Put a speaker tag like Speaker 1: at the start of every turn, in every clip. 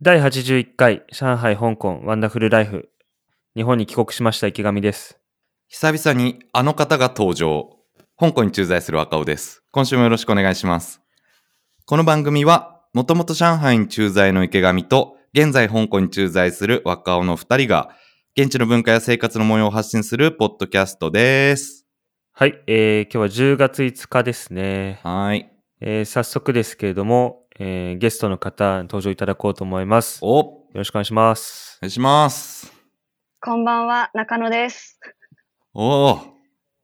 Speaker 1: 第81回上海香港ワンダフルライフ日本に帰国しました池上です
Speaker 2: 久々にあの方が登場。香港に駐在する若尾です。今週もよろしくお願いします。この番組は、もともと上海に駐在の池上と、現在香港に駐在する若尾の二人が、現地の文化や生活の模様を発信するポッドキャストです。
Speaker 1: はい、えー、今日は10月5日ですね、
Speaker 2: はーい。
Speaker 1: えー、早速ですけれども、えー、ゲストの方に登場いただこうと思いますよ
Speaker 2: お、お
Speaker 1: ろしくお願いします
Speaker 2: 願いします。
Speaker 3: こんばんは、中野です。
Speaker 2: おー、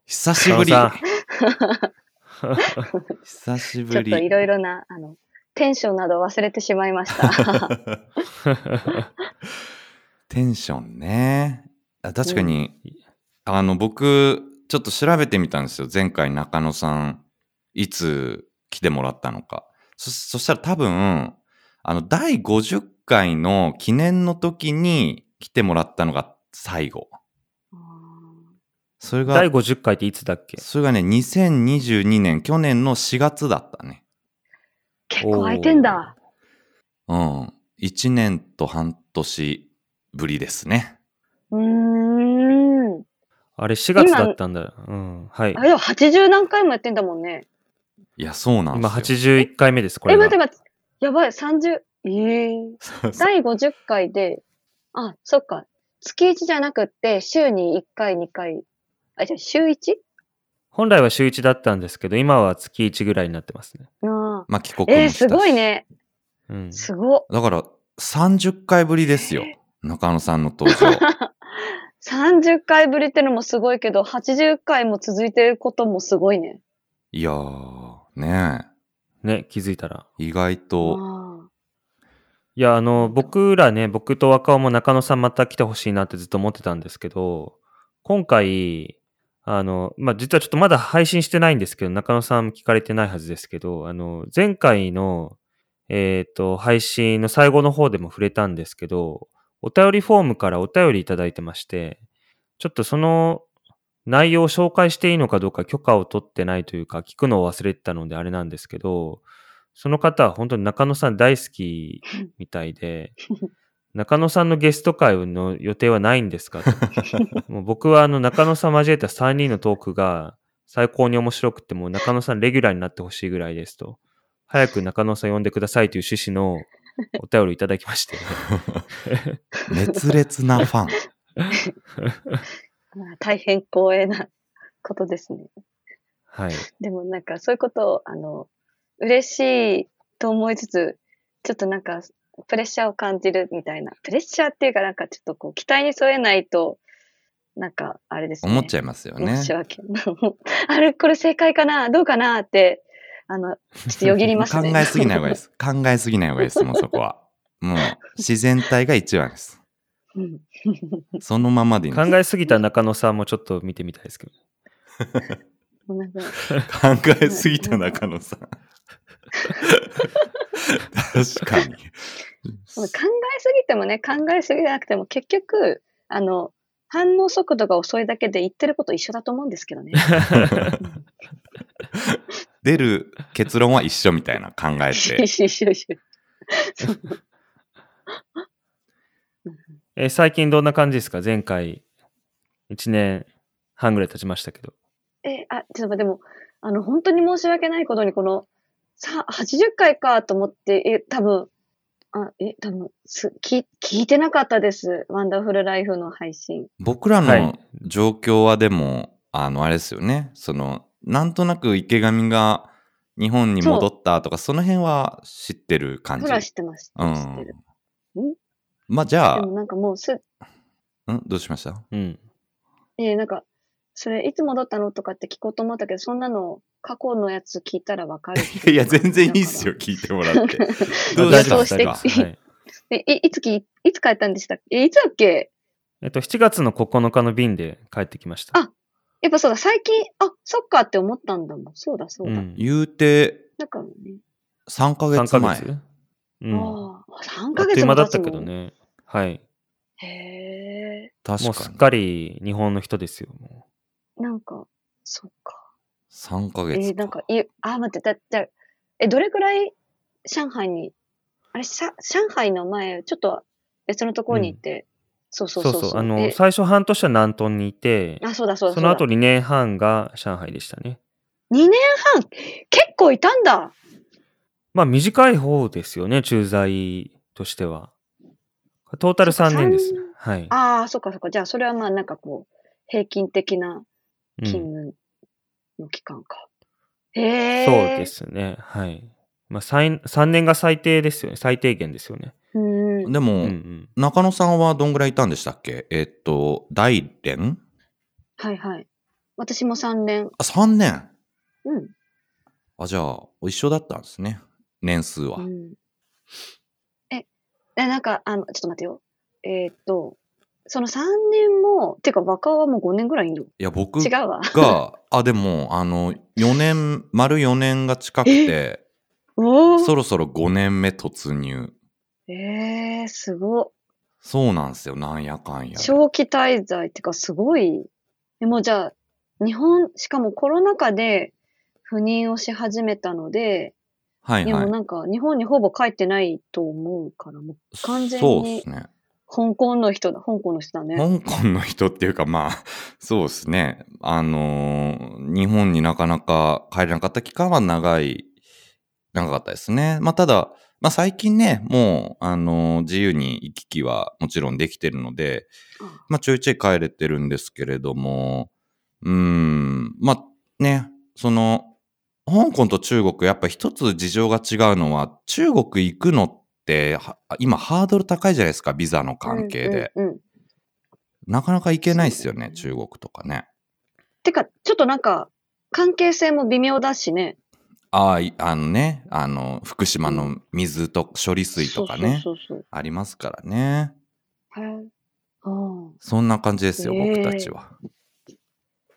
Speaker 2: 久しぶり。
Speaker 1: 中
Speaker 2: 久し
Speaker 3: ちょ
Speaker 2: ぶ
Speaker 3: っ
Speaker 2: り。
Speaker 3: といろいろな、あの、テンションなど忘れてしまいました。
Speaker 1: 野さん
Speaker 2: テンションね。あ確かに、あの、僕、ちょっと調べてみたんですよ。前回中野さん、いつ来てもらったのか。そそしたら多分、あの、第50回の記念の時に来てもらったのが最後。それが
Speaker 1: 第、50回っていつだっけ
Speaker 2: それがね、2022年、去年の4月だったね。
Speaker 3: 結構空いてんだ。
Speaker 2: うん。1年と半年ぶりですね。
Speaker 3: うーん。
Speaker 1: あれ4月だったんだうんはい
Speaker 3: あれでも80何回もやってんだもんね。
Speaker 2: いや、そうなんですよ。
Speaker 1: 今81回目ですこ
Speaker 3: え、
Speaker 1: れが
Speaker 3: 待って待って。やばい、30。えー、第50回で、あ、そっか。月1じゃなくって、週に1回、2回。あ、じゃあ週 1?
Speaker 1: 本来は週1だったんですけど今は月1ぐらいになってますね
Speaker 3: ああ。
Speaker 2: まあ、帰国も
Speaker 3: えー、
Speaker 2: したし
Speaker 3: すごいね。
Speaker 1: うん
Speaker 3: すごっ。
Speaker 2: だから、30回ぶりですよ。中野さんの登 場。
Speaker 3: 30回ぶりってのもすごいけど、80回も続いてることもすごいね。
Speaker 2: いやー、ね
Speaker 1: ね気づいたら
Speaker 2: え、意外と、
Speaker 3: あ
Speaker 1: いや、あの、僕らね、僕と若尾も中野さんまた来てほしいなってずっと思ってたんですけど、今回、あの、まあ、実はちょっとまだ配信してないんですけど、中野さん聞かれてないはずですけど、あの、前回の、えっ、と、配信の最後の方でも触れたんですけど、お便りフォームからお便りいただいてまして、ちょっとその内容を紹介していいのかどうか許可を取ってないというか、聞くのを忘れてたのであれなんですけど、その方は本当に中野さん大好きみたいで、中野さんのゲスト会の予定はないんですかともう僕はあの中野さん交えた3人のトークが最高に面白くて、もう中野さんレギュラーになってほしいぐらいですと。早く中野さん呼んでくださいという趣旨のお便りいただきまして。
Speaker 2: 熱烈なファン。
Speaker 3: あ、まあ大変光栄なことですね。
Speaker 1: はい。
Speaker 3: でもなんかそういうことを、あの、嬉しいと思いつつ、ちょっとなんかプレッシャーを感じるみたいな。プレッシャーっていうかなんかちょっとこう期待に添えないと、なんかあれですね。
Speaker 2: 思っちゃいますよね
Speaker 3: 申し。訳ない。あれ、これ正解かなどうかなって、あの、ちょっとよぎります
Speaker 2: 考
Speaker 3: ね。
Speaker 2: えすぎない方がいいです。考えすぎない方がいいです、もうそこは。もう、自然体が一番です。
Speaker 3: うん
Speaker 2: そのままでいいん
Speaker 1: 考
Speaker 2: です
Speaker 1: えすぎた中野さんもちょっと見てみたいですけど。
Speaker 3: もうなんか
Speaker 2: 考えすぎた中野 さん。確かに。
Speaker 3: 考えすぎてもね、考えすぎじゃなくても、結局、あの、反応速度が遅いだけで言ってること一緒だと思うんですけどね。
Speaker 2: 出る結論は一緒みたいな考え
Speaker 3: 一
Speaker 2: て。
Speaker 3: 緒一緒一緒。
Speaker 1: えー最近どんな感じですか前回1年半ぐらい経ちましたけど。
Speaker 3: え、あ、ちょっと待ってでも、あの、本当に申し訳ないことに、この、さ、80回かと思って、え、多分、あ、え、多分、す、聞、聞いてなかったです。ワンダフルライフの配信。
Speaker 2: 僕ら
Speaker 1: は
Speaker 2: の
Speaker 1: い
Speaker 2: 状況はでも、あの、あれですよね。その、なんとなく池上が日本に戻ったとか、その辺は知ってる感
Speaker 3: ほ
Speaker 2: じ。
Speaker 3: ら、知ってます。知
Speaker 2: う
Speaker 3: って
Speaker 2: ん
Speaker 3: る。。
Speaker 2: まあ、じゃ
Speaker 3: でもなんかもうす、
Speaker 2: あ、んどうしました
Speaker 1: うん。
Speaker 3: えーなんか、それ、いつ戻ったのとかって聞こうと思ったけど、そんなの、過去のやつ聞いたらわかるっ て
Speaker 2: いや、全然いいっすよ、聞いてもら って。どう
Speaker 1: あ
Speaker 2: し
Speaker 1: 大丈夫
Speaker 2: ま
Speaker 1: で
Speaker 2: し
Speaker 1: す
Speaker 2: た
Speaker 1: 大丈
Speaker 3: そう
Speaker 1: 夫
Speaker 2: か
Speaker 1: で
Speaker 3: し
Speaker 1: す
Speaker 3: て
Speaker 1: はい
Speaker 3: え、いいつき、いつ帰ったんでしたっけえ、いつだっけ
Speaker 1: えっと、7月の9日の便で帰ってきました。
Speaker 3: あやっぱそうだ、最近、あ、そっかって思ったんだもん。そうだ、そう
Speaker 1: う
Speaker 3: だ。
Speaker 1: ん、
Speaker 2: 言うて、
Speaker 3: だからね。
Speaker 2: 3ヶ
Speaker 1: 3
Speaker 2: 月
Speaker 1: ヶ
Speaker 2: 前。
Speaker 1: 月うん。あ
Speaker 3: ああ、3
Speaker 1: っ
Speaker 3: ヶ
Speaker 1: という
Speaker 3: 月
Speaker 1: 間
Speaker 3: も
Speaker 1: だ
Speaker 3: 経
Speaker 1: った
Speaker 3: つ
Speaker 1: け
Speaker 3: も
Speaker 1: ど
Speaker 3: ん。
Speaker 1: ね。はい。
Speaker 3: へ
Speaker 1: もう
Speaker 2: 確
Speaker 1: す
Speaker 2: か
Speaker 1: っ
Speaker 2: に。
Speaker 1: かり日本の人ですよ。も
Speaker 3: え、なんか、そっか。
Speaker 2: 3ヶ
Speaker 3: え
Speaker 2: 月
Speaker 3: ー、なんか、いあ、待って、だじゃあえ、どれくらい上海にあれ、さ上海の前、ちょっと別のところに行って、そうそう
Speaker 1: そ
Speaker 3: そううそう。
Speaker 1: そう。あの、
Speaker 3: で
Speaker 1: 最初半年は南東にいて、
Speaker 3: あ、そうだそうだ
Speaker 1: そうの
Speaker 3: だ。
Speaker 1: 後
Speaker 3: 2
Speaker 1: 2年半が上海でしたね。
Speaker 3: 年半結構いたんだ
Speaker 1: まあ短い方ですよね、駐在としては。トータル3年ですね
Speaker 3: そっ。
Speaker 1: はい。
Speaker 3: ああ、そっかそっか。じゃあ、それはまあ、なんかこう、平均的な
Speaker 1: うん
Speaker 3: 勤務の期間か。へえ。
Speaker 1: そうですね。はい。まあ3、3年が最低ですよね。最低限ですよね。
Speaker 3: うーん。
Speaker 2: で
Speaker 1: う
Speaker 2: も、
Speaker 1: んうん。
Speaker 2: 中野さんはどんぐらいいたんでしたっけえっと、大連
Speaker 3: はいはい。私も3年。
Speaker 2: あ、3年。
Speaker 3: うん。
Speaker 2: あ、じゃあ、一緒だったんですね。年数は。
Speaker 3: うん、え、えなんか、あの、ちょっと待ってよ。えーっと、その3年も、てか、若尾はもう5年ぐらいいんの
Speaker 2: いや、僕
Speaker 3: 違うわ。
Speaker 2: が、あ、でも、あの、4年、丸4年が近くて、
Speaker 3: お
Speaker 2: そ
Speaker 3: お
Speaker 2: ろそろ5年目突入。
Speaker 3: えー、すごっ。
Speaker 2: そうなんですよ、なんやかんや。
Speaker 3: 長期滞在ってか、すごい。でもうじゃあ、日本、しかもコロナ禍で赴任をし始めたので、
Speaker 2: はい
Speaker 3: でも
Speaker 2: は
Speaker 3: なんか、日本にほぼ帰ってないと思うから、もう
Speaker 2: い。
Speaker 3: 完全に
Speaker 2: そうですね。
Speaker 3: 香港の人だ、香港の人だね。
Speaker 2: 香港の人っていうか、まあ、そうですね。あのー日本になかなか帰れなかった期間は長い、長かったですね。まあ、ただ、まあ、最近ね、もう、あのー自由に行き来はもちろんできてるので、
Speaker 3: あ
Speaker 2: まあ、ちょいちょい帰れてるんですけれども、うーん、まあ、ね、その、香港と中国、やっぱ一つ事情が違うのは、中国行くのって、は今ハードル高いじゃないですか、ビザの関係で。
Speaker 3: うんうんうん
Speaker 2: なかなか行けないっすよ
Speaker 3: そう
Speaker 2: ね
Speaker 3: だね、
Speaker 2: 中国とかね。
Speaker 3: てか、ちょっとなんか、関係性も微妙だしね。
Speaker 2: ああ、いあのね、あの、福島の水と処理水とかね、
Speaker 3: そうそうそう
Speaker 2: ありますからね。
Speaker 3: そう。へえあ
Speaker 2: そんな感じですよ、
Speaker 3: ええ
Speaker 2: 僕たちは。
Speaker 3: あ。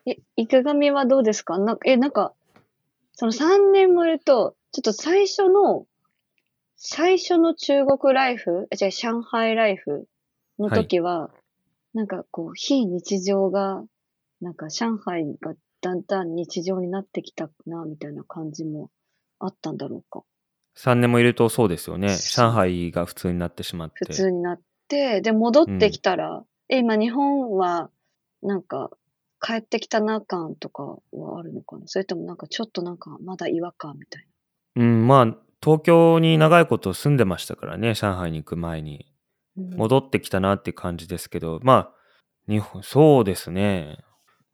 Speaker 3: え、池上はどうですかなんか、え、なんか、その3年もいると、ちょっと最初の、最初の中国ライフ、あ、違う、上海ライフの時は、なんかこう、非日常が、なんか上海がだんだん日常になってきたな、みたいな感じもあったんだろうか。
Speaker 1: 3年もいるとそうですよね。上海が普通になってしまって。
Speaker 3: 普通になって、で、戻ってきたら、え、今日本は、なんか、帰ってきたな感とかはあるのかなそれともなんかちょっとなんかまだ違和感みたい
Speaker 1: うん、まあ、東京に長いこと住んでましたからね、上海に行く前に。
Speaker 3: な。うん
Speaker 1: 戻ってきたなっていう感じですけど、まあ、日本、そうですね。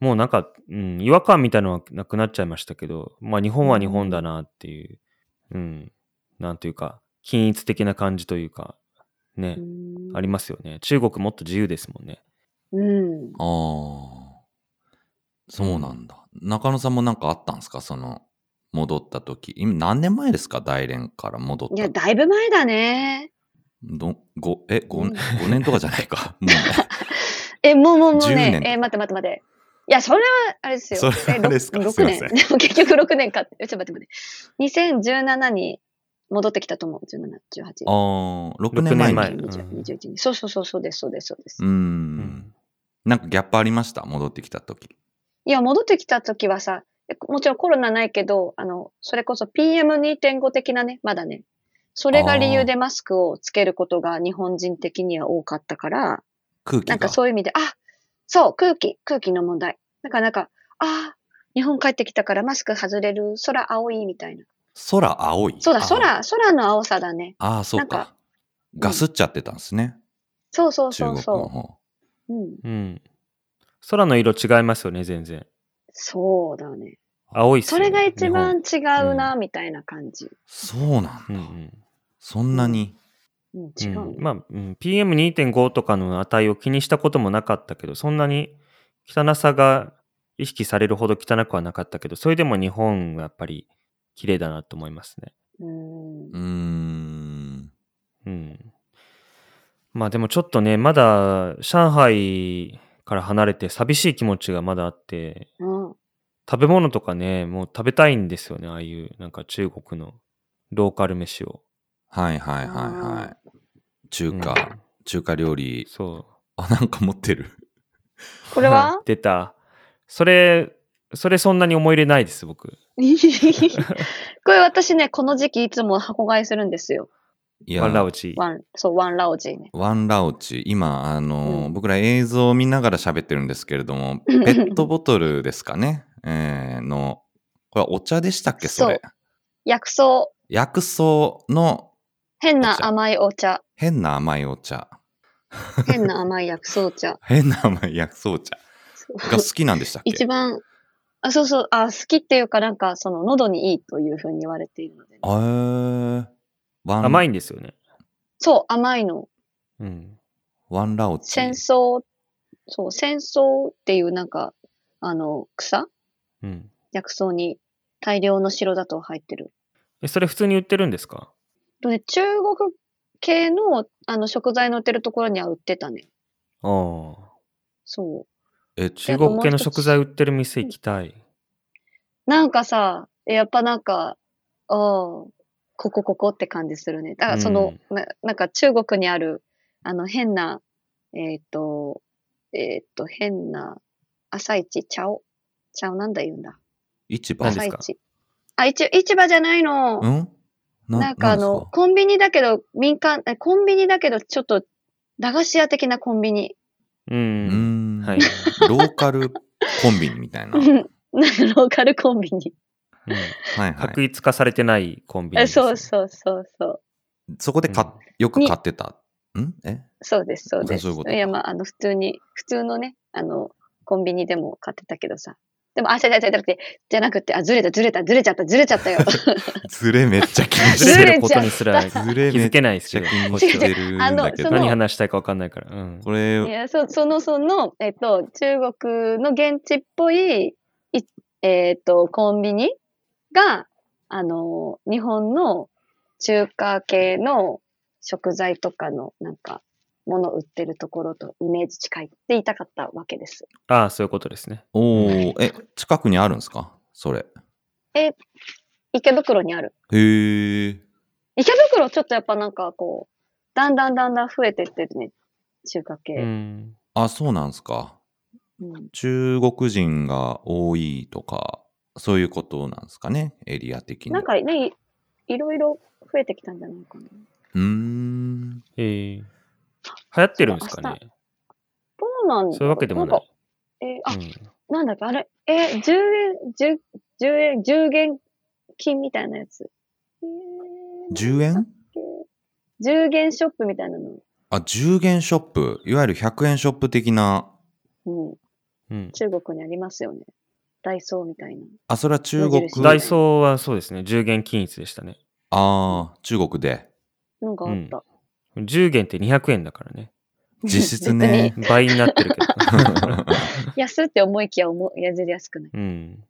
Speaker 1: もうなんか、うん、違和感みたいなのはなくなっちゃいましたけど、まあ日本は日本だなっていう、うん、なんというか、均一的な感じというか、ね、
Speaker 3: うん
Speaker 1: ありますよね。中国もっと自由ですもんね。
Speaker 3: うん。
Speaker 2: ああ、そうなんだ。中野さんもなんかあったんですか、その、戻った時。今、何年前ですか、大連から戻っ
Speaker 3: い
Speaker 2: た
Speaker 3: や、。だいぶ前だね。
Speaker 2: どごえ、
Speaker 3: う
Speaker 2: 5
Speaker 3: ん
Speaker 2: 年とかじゃない か。もうね、
Speaker 3: え、もうもうもう
Speaker 2: 10
Speaker 3: ね
Speaker 2: 年。
Speaker 3: え、待って待って待って。いや、それは、あれですよ。
Speaker 2: それは
Speaker 3: え
Speaker 2: あれですか
Speaker 3: ろ
Speaker 2: すい
Speaker 3: 6
Speaker 2: ま
Speaker 3: 年。
Speaker 2: せん
Speaker 3: でも結局6年かって。えちょっと待って待って。2017に戻ってきたと思う。17、18。
Speaker 2: ああ、6
Speaker 1: 6
Speaker 2: 年前
Speaker 1: 年
Speaker 2: に。
Speaker 1: 前
Speaker 3: 20
Speaker 1: うん
Speaker 3: 21にそうそうそう、そうです、そうです、そうです
Speaker 2: う。ん。なんかギャップありました、戻ってきた時。
Speaker 3: いや、戻ってきた時はさ、えもちろんコロナないけど、あの、それこそ PM2.5 的なね、まだね。それが理由でマスクをつけることが日本人的には多かったから、
Speaker 2: 空気が。
Speaker 3: なんかそういう意味で、あ、そう、空気、空気の問題。なんかなんか、あ日本帰ってきたからマスク外れる、空青いみたいな。
Speaker 2: 空青い。
Speaker 3: そうだ、
Speaker 2: あー。
Speaker 3: 空、空の青さだね。
Speaker 2: ああ、そ
Speaker 3: な
Speaker 2: うん
Speaker 3: か
Speaker 2: か。ガスっちゃってたんですね。
Speaker 3: そうそう
Speaker 2: 中
Speaker 3: そ
Speaker 2: 国
Speaker 3: う
Speaker 2: の
Speaker 3: そ
Speaker 2: 方。
Speaker 3: う。うん、
Speaker 1: うん。空の色違いますよね、全然。
Speaker 3: そうだね。
Speaker 1: 青いっす
Speaker 3: そ
Speaker 1: よね
Speaker 3: れが一番
Speaker 1: 日
Speaker 3: 違うな、みたいな感じ。
Speaker 2: そうなんだ。
Speaker 1: 本うんうん
Speaker 2: そんなに。
Speaker 3: うん、
Speaker 1: う
Speaker 3: 違
Speaker 1: ん、
Speaker 3: う、
Speaker 1: まあ、うん、PM2.5 とかの値を気にしたこともなかったけど、そんなに汚さが意識されるほど汚くはなかったけど、それでも日本がやっぱり綺麗だなと思いますね。
Speaker 3: うん
Speaker 2: うーん。
Speaker 1: うん。まあでもちょっとね、まだ上海から離れて寂しい気持ちがまだあって、
Speaker 3: うん
Speaker 1: 食べ物とかね、もう食べたいんですよね、ああいうなんか中国のローカル飯を。
Speaker 2: はいはいはいはい。中華、
Speaker 1: うん
Speaker 2: 中華料理。
Speaker 1: そう。
Speaker 2: あ、なんか持ってる。
Speaker 3: これは
Speaker 1: 出た。それ、それそんなに思い入れない です、僕。
Speaker 3: これ私ね、この時期いつも箱買いするんですよ。
Speaker 2: い
Speaker 1: ワンラ
Speaker 2: や、
Speaker 1: ウチ。
Speaker 3: ワン、そう、ワンラオジーね。
Speaker 2: ワンラオチ、今、あの、
Speaker 3: う
Speaker 2: 僕ら映像を見ながら喋ってるんですけれども、ペットボトルですかね、えーの、これはお茶でしたっけそれ。
Speaker 3: 薬草、
Speaker 2: 薬草の
Speaker 3: 変
Speaker 2: お
Speaker 3: な
Speaker 2: 茶
Speaker 3: 甘いお茶、
Speaker 2: 変な甘いお茶。。
Speaker 3: 変な甘い薬草茶
Speaker 2: 変な甘い薬草茶が好きなんでしたっけ
Speaker 3: 一番、あ、そうそう、あ、好きっていうか、なんか、その、喉にいいというふうに言われているので、
Speaker 2: えー、ワン
Speaker 1: 甘いんですよね。
Speaker 3: そう、甘いの。
Speaker 1: うん。
Speaker 2: ワンラオチ。
Speaker 3: 戦争、そう、戦争っていう、なんか、あの、草
Speaker 1: うん。
Speaker 3: 薬草に大量の白砂糖入ってる。
Speaker 1: え、それ普通に売ってるんですか
Speaker 3: でもね、中国系のあの食材の売ってるところには売ってたね。
Speaker 1: ああ。
Speaker 3: そう。
Speaker 2: え、
Speaker 1: 中国系の食材売ってる店行きたい。
Speaker 3: なんかさ、えやっぱなんか、ああ、ここここって感じするね。だからその、ななんか中国にある、あの変な、えっ、と、えっ、と、変な、朝市、茶を、茶をなんだ言うんだ。
Speaker 2: 市場
Speaker 1: 何で
Speaker 3: 朝
Speaker 1: すか
Speaker 3: 市。あ、市、市場じゃないの。
Speaker 2: うんな
Speaker 3: なんかあの、、コンビニだけど、民間、えコンビニだけど、ちょっと、駄菓子屋的なコンビニ。
Speaker 1: う。
Speaker 2: なんんですか
Speaker 1: は
Speaker 2: うーん
Speaker 1: い。
Speaker 2: ローカルコンビニみたいな。
Speaker 3: う
Speaker 2: はい
Speaker 3: んなんかローカルコンビニ。
Speaker 1: うん
Speaker 2: は
Speaker 1: 確
Speaker 2: い。
Speaker 1: 一化されてないコンビニで
Speaker 3: え
Speaker 1: すね、
Speaker 3: そうそうそうそう。
Speaker 2: そこで買っ
Speaker 1: うん
Speaker 2: よく買ってた。んえ
Speaker 3: そうです、そうです。
Speaker 2: そういうこと
Speaker 3: や、まあ、あの、普通に、普通のね、あの、コンビニでも買ってたけどさ。でも、あ、違う違う違うじゃなくて、じゃなくて、あ、ずれた、ずれた、ずれちゃった、ずれちゃ ったよ。
Speaker 2: ズレめっちゃ気に
Speaker 1: ず
Speaker 2: して
Speaker 1: れ
Speaker 2: る。
Speaker 1: てることにすら気
Speaker 2: ズレめ
Speaker 1: づ
Speaker 2: っち
Speaker 1: けないですけ
Speaker 2: ゃ
Speaker 1: ど
Speaker 2: 気、に
Speaker 1: こっ
Speaker 2: し
Speaker 1: ちは
Speaker 2: てるんだけ
Speaker 3: 違う違うあ のそ
Speaker 2: ど
Speaker 3: の。
Speaker 1: 何話したいか分かんないから。うん。
Speaker 2: こ
Speaker 3: い
Speaker 2: れ、
Speaker 3: や、そ、その、その、えっと、中国の現地っぽい、いえっと、コンビニが、あの、日本の中華系の食材とかの、なんか、もの売ってるところとイメージ近いって言いたかったわけです。
Speaker 1: ああ、そういうことですね。
Speaker 2: おーえ、近くにあるんですかそれ。
Speaker 3: 池袋にある。
Speaker 2: へえ。
Speaker 3: 池袋ちょっとやっぱなんかこう、だんだんだんだん増えてってるね。中華系。
Speaker 1: うん。
Speaker 2: あ、そうなんですか。
Speaker 3: うん
Speaker 2: 中国人が多いとか、そういうことなんですかね、エリア的に。
Speaker 3: なんかね、いいろいろ増えてきたんじゃないかな。
Speaker 2: うーん。
Speaker 1: えー、流行ってるんですかね
Speaker 3: どうなんだろ
Speaker 1: そういうわけでもない
Speaker 3: んか。えーあ、
Speaker 1: うん、
Speaker 3: なんだっけ、あれ、えー、10円、10、10円、10元金みたいなやつ。えー
Speaker 2: 10円
Speaker 3: ?10 元ショップみたいなの。
Speaker 2: あ、10元ショップ。いわゆる100円ショップ的な。
Speaker 3: うん。
Speaker 1: うん。
Speaker 3: 中国にありますよね。ダイソーみたいな。
Speaker 2: あ、それは中国。
Speaker 3: 無印
Speaker 1: ダイソーはそうですね、10元均一でしたね。
Speaker 2: ああ、中国 で。
Speaker 3: なんかあった。
Speaker 1: 10元って200円だからね。
Speaker 2: 実質ね
Speaker 3: 別に。
Speaker 1: 倍になってるけど。
Speaker 3: 安って思いきや、思い、やずりやすくない。
Speaker 1: うん。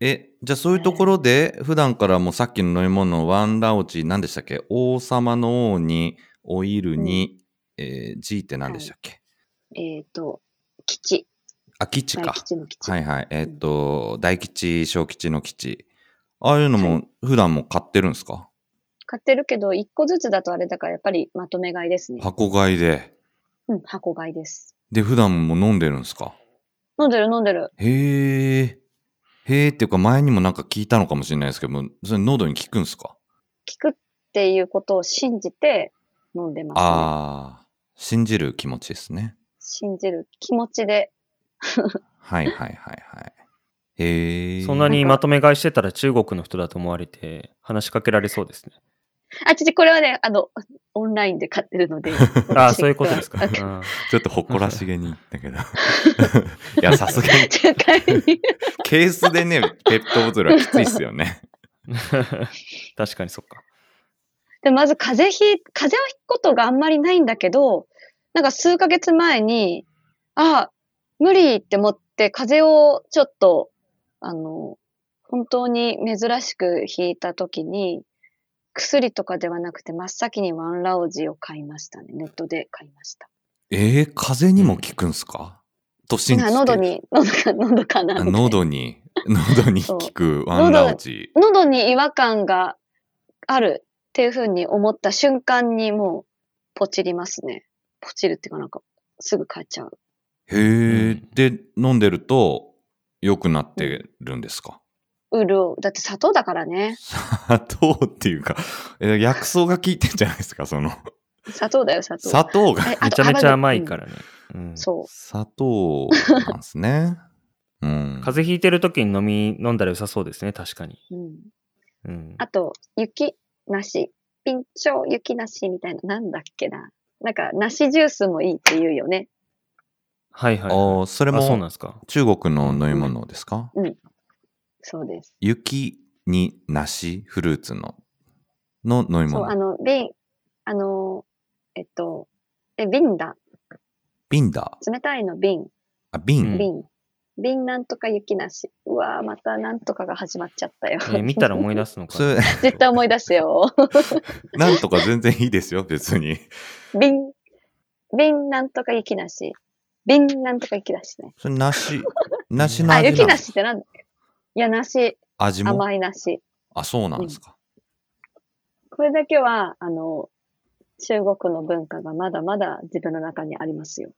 Speaker 2: え、じゃあそういうところで、普段からもうさっきの飲み物、ワンラオチ、何でしたっけ王様の王に、オイルに、えー、G って何でしたっけ、
Speaker 3: えっ、と、基地。
Speaker 2: あ、基地
Speaker 3: 大
Speaker 2: か。
Speaker 3: 吉の基地。
Speaker 2: はいはい。えーっと、大吉、小吉の吉。ああいうのも、普段も買ってるんですか
Speaker 3: 買ってるけど、1個ずつだとあれだから、やっぱりまとめ買いですね。
Speaker 2: 箱買いで。
Speaker 3: うん、箱買いです。
Speaker 2: で、普段も飲んでるんですか
Speaker 3: 飲んでる飲んでる。
Speaker 2: へえ。へえっていうか、前にもなんか聞いたのかもしれないですけども、それ喉に効くんですか
Speaker 3: 聞くっていうことを信じて飲んでます、ね。
Speaker 2: ああ、信じる気持ちですね。
Speaker 3: 信じる気持ちで。
Speaker 2: はいはいはいはい。へえ。
Speaker 1: そんな
Speaker 2: に。
Speaker 1: にまとめ買いしてたら中国の人だと思われて話しかけられそうですね。。
Speaker 3: あ、ちち、これはね、あの、オンラインで買ってるので
Speaker 1: ああ、そういうことですか。
Speaker 3: あ
Speaker 1: あ
Speaker 2: ちょっと誇らしげに言ったけど。い や、さすがに、
Speaker 3: 中華に。
Speaker 2: ケースでね、ペットボトルはきついっすよね。
Speaker 1: ー 確かにそっか。
Speaker 3: で、まず風邪ひ、風邪をひくことがあんまりないんだけど、なんか数ヶ月前に、あ、無理って思って、風邪をちょっと、あの、本当に珍しくひいた時に、薬とかではなくて真っ先にワンラオジを買いましたね。ネットで買いました。
Speaker 2: えー、風邪にも効くんすかと信じ
Speaker 3: なん
Speaker 2: て
Speaker 3: か
Speaker 2: る
Speaker 3: 喉に、喉か、喉かな
Speaker 2: あ
Speaker 3: みたいな。
Speaker 2: 喉に、喉に効くワンラオチ。
Speaker 3: 喉に違和感があるっていうふうに思った瞬間にもうポチりますね。ポチるっていうかなんかすぐ帰っちゃう。
Speaker 2: へえ、
Speaker 1: うん
Speaker 2: で、飲んでると良くなってるんですか
Speaker 3: 潤う。だって砂糖だからね。
Speaker 2: 砂糖っていうか、え薬草が効いてんじゃないですか、その。
Speaker 3: 砂糖だよ、砂糖。
Speaker 2: 砂糖が。
Speaker 3: えあ
Speaker 1: め
Speaker 3: と
Speaker 1: ちゃめちゃ甘い
Speaker 3: うん
Speaker 1: からね。うん
Speaker 3: そ
Speaker 2: 砂糖なんですね。うん。
Speaker 1: 風邪ひいてる時に飲み、飲んだら良さそうですね、確かに。
Speaker 3: う。うん。
Speaker 1: うん。
Speaker 3: あと、雪梨。ピンチョ雪梨みたいな。なんだっけな。なんか、梨ジュースもいいって言うよね。
Speaker 1: はいはい、
Speaker 2: おーそれ
Speaker 1: あ、そう
Speaker 2: も
Speaker 1: なんですか。
Speaker 2: 中国の飲み物ですか、
Speaker 3: そうです。
Speaker 2: 雪に梨フルーツのの飲み
Speaker 3: そう、あ
Speaker 2: 物。
Speaker 3: の、瓶、あの、えっと、え、瓶だ。
Speaker 2: 瓶だ。
Speaker 3: 冷たいの瓶。
Speaker 2: あ、瓶。
Speaker 1: うん
Speaker 3: 瓶。瓶なんとか雪梨。うわーまたなんとかが始まっちゃったよ。
Speaker 1: えー見たら思い出すのか
Speaker 2: そ
Speaker 1: な。
Speaker 2: れ、
Speaker 3: 絶対思い出すよ。
Speaker 2: なんとか全然いいですよ、別に。
Speaker 3: 瓶、瓶なんとか雪梨。瓶なんとか雪梨ね。
Speaker 2: それ、梨、梨の
Speaker 3: あ、
Speaker 2: 味
Speaker 3: 雪
Speaker 2: なの
Speaker 3: 梨ってなんだいや、梨、
Speaker 2: 味も
Speaker 3: 甘い梨。
Speaker 2: あ、そうなんですか。
Speaker 3: これだけは、あの、中国の文化がまだまだ自分の中にありますよ。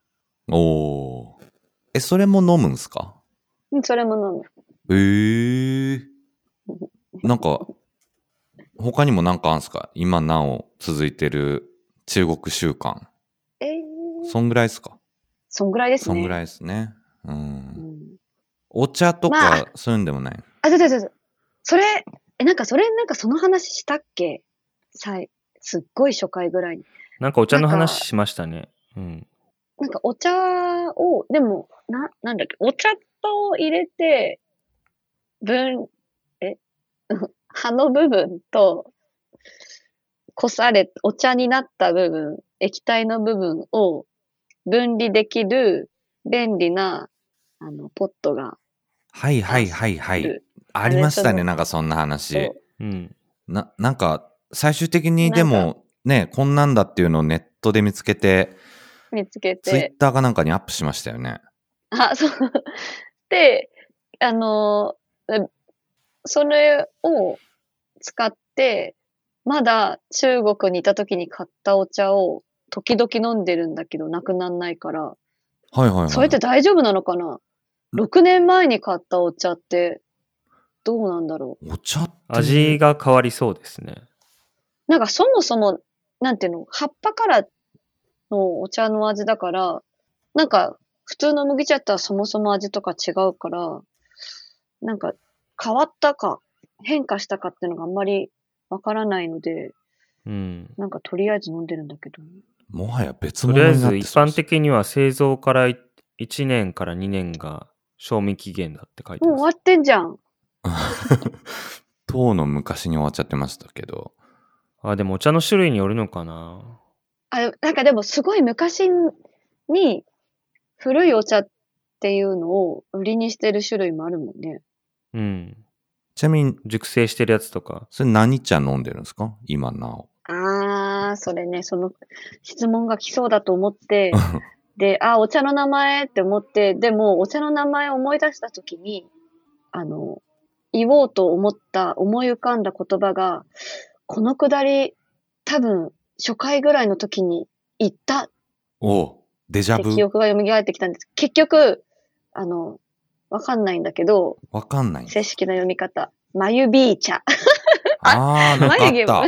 Speaker 2: おおー。え、それも飲むんすか
Speaker 3: うんそれも飲む。
Speaker 2: ええなんか、他にもなんかあんすか今なお続いてる中国習慣。
Speaker 3: えー、
Speaker 2: そんぐらいですか
Speaker 3: そんぐらいです
Speaker 2: そ
Speaker 3: ね。
Speaker 2: んぐらいですね。う。
Speaker 3: うんん
Speaker 2: お茶と
Speaker 3: ま
Speaker 2: か、そういうんでもない。
Speaker 3: あ、そうそうそうそう。それ、え、なんかそれ、なんかその話したっけさい、すっごい初回ぐらいに。
Speaker 1: なんかお茶の
Speaker 3: なんか
Speaker 1: 話しましたね。うん。
Speaker 3: なんかお茶を、でも、な、なんだっけ、お茶と入れて、分、え、 葉の部分と、こされ、お茶になった部分、液体の部分を分離できる便利な、あの、ポットが
Speaker 2: はいはいはいは
Speaker 3: あ
Speaker 2: い
Speaker 3: る。。
Speaker 2: ありましたね、
Speaker 3: その
Speaker 2: なんかそんな話
Speaker 3: そ。
Speaker 1: うん。
Speaker 2: な、なんか、最終的にで
Speaker 3: な
Speaker 2: も、ね、こんなんだっていうのをネットで見つけて、
Speaker 3: う見つけ
Speaker 2: ツイ
Speaker 3: て
Speaker 2: ッ、ターかなんかにアップしましたよね。
Speaker 3: あ、そう。で、あのー、えそれを使って、まだ中国にいた時に買ったお茶を時々飲んでるんだけど、なくならないから、
Speaker 2: はいはいはい。
Speaker 3: それって大丈夫なのかな ?6 年前に買ったお茶って、どうなんだろう。
Speaker 2: お茶って。
Speaker 1: 味が変わりそうですね。
Speaker 3: なんかそもそも、なんていうの、葉っぱからのお茶の味だから、なんか普通の麦茶とはそもそも味とか違うから、なんか変わったか変化したかっていうのがあんまりわからないので、
Speaker 1: うん。
Speaker 3: なんかとりあえず飲んでるんだけど。
Speaker 2: もはや別
Speaker 1: と
Speaker 2: 物
Speaker 1: り
Speaker 2: に
Speaker 1: あ
Speaker 2: な
Speaker 1: えず
Speaker 2: ってそうで
Speaker 1: 一
Speaker 2: す
Speaker 1: 般的には製造から1年から2年が賞味期限だって書いて
Speaker 3: もう
Speaker 1: ま
Speaker 3: 終
Speaker 1: す。
Speaker 3: わってんじゃん。
Speaker 2: とうの昔に終わっちゃってましたけど。
Speaker 1: あ、でもお茶の種類によるのかな。
Speaker 3: あれ、なんかでもすごい昔に古いお茶っていうのを売りにしてる種類もあるもんね。
Speaker 1: うん。
Speaker 2: ちなみに、
Speaker 1: 熟成してるやつとか。
Speaker 2: それ何茶飲んでるんですか今なお。
Speaker 3: あー、それね、その質問が来そうだと思って、
Speaker 2: は
Speaker 3: で、あ、お茶の名前って思って、でも、お茶の名前を思い出したときに、あの、言おうと思った、思い浮かんだ言葉が、このくだり、多分、初回ぐらいの時に言ったっ
Speaker 2: おうデジャ
Speaker 3: て
Speaker 2: ブ
Speaker 3: 記憶が蘇ってきたんです。結局、あの、わかんないんだけど、
Speaker 2: わかんないんです。
Speaker 3: 正式な読み方。眉ビー茶。
Speaker 2: ああ、なんかあ
Speaker 3: 眉毛も
Speaker 2: っ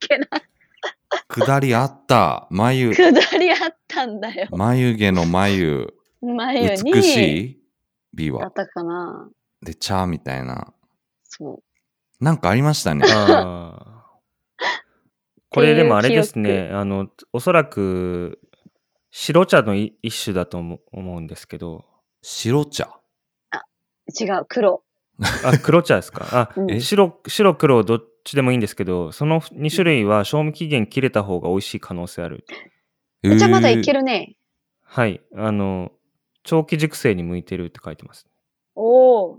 Speaker 3: けな
Speaker 2: た。下りあった。眉、
Speaker 3: くだりあったんだよ。
Speaker 2: 眉毛の眉、
Speaker 3: 眉に、
Speaker 2: 美しい美
Speaker 3: だ
Speaker 2: は
Speaker 3: っ。たかな。
Speaker 2: で、茶みたいな。
Speaker 3: そう。
Speaker 2: なんかありましたね。
Speaker 1: あー これでもあれです
Speaker 3: っていう
Speaker 1: ね、あの、おそらく白茶のい一種だと思思うんですけど、
Speaker 2: 白茶。
Speaker 3: 違う、黒。
Speaker 1: あ、黒茶ですか。
Speaker 3: うん
Speaker 1: あ、白、白黒どっちでもいいんですけど、その2種類は賞味期限切れた方が美味しい可能性ある。
Speaker 2: お
Speaker 3: お茶まだいけるね。
Speaker 1: はい。あの、長期熟成に向いてるって書いてます。
Speaker 3: おお。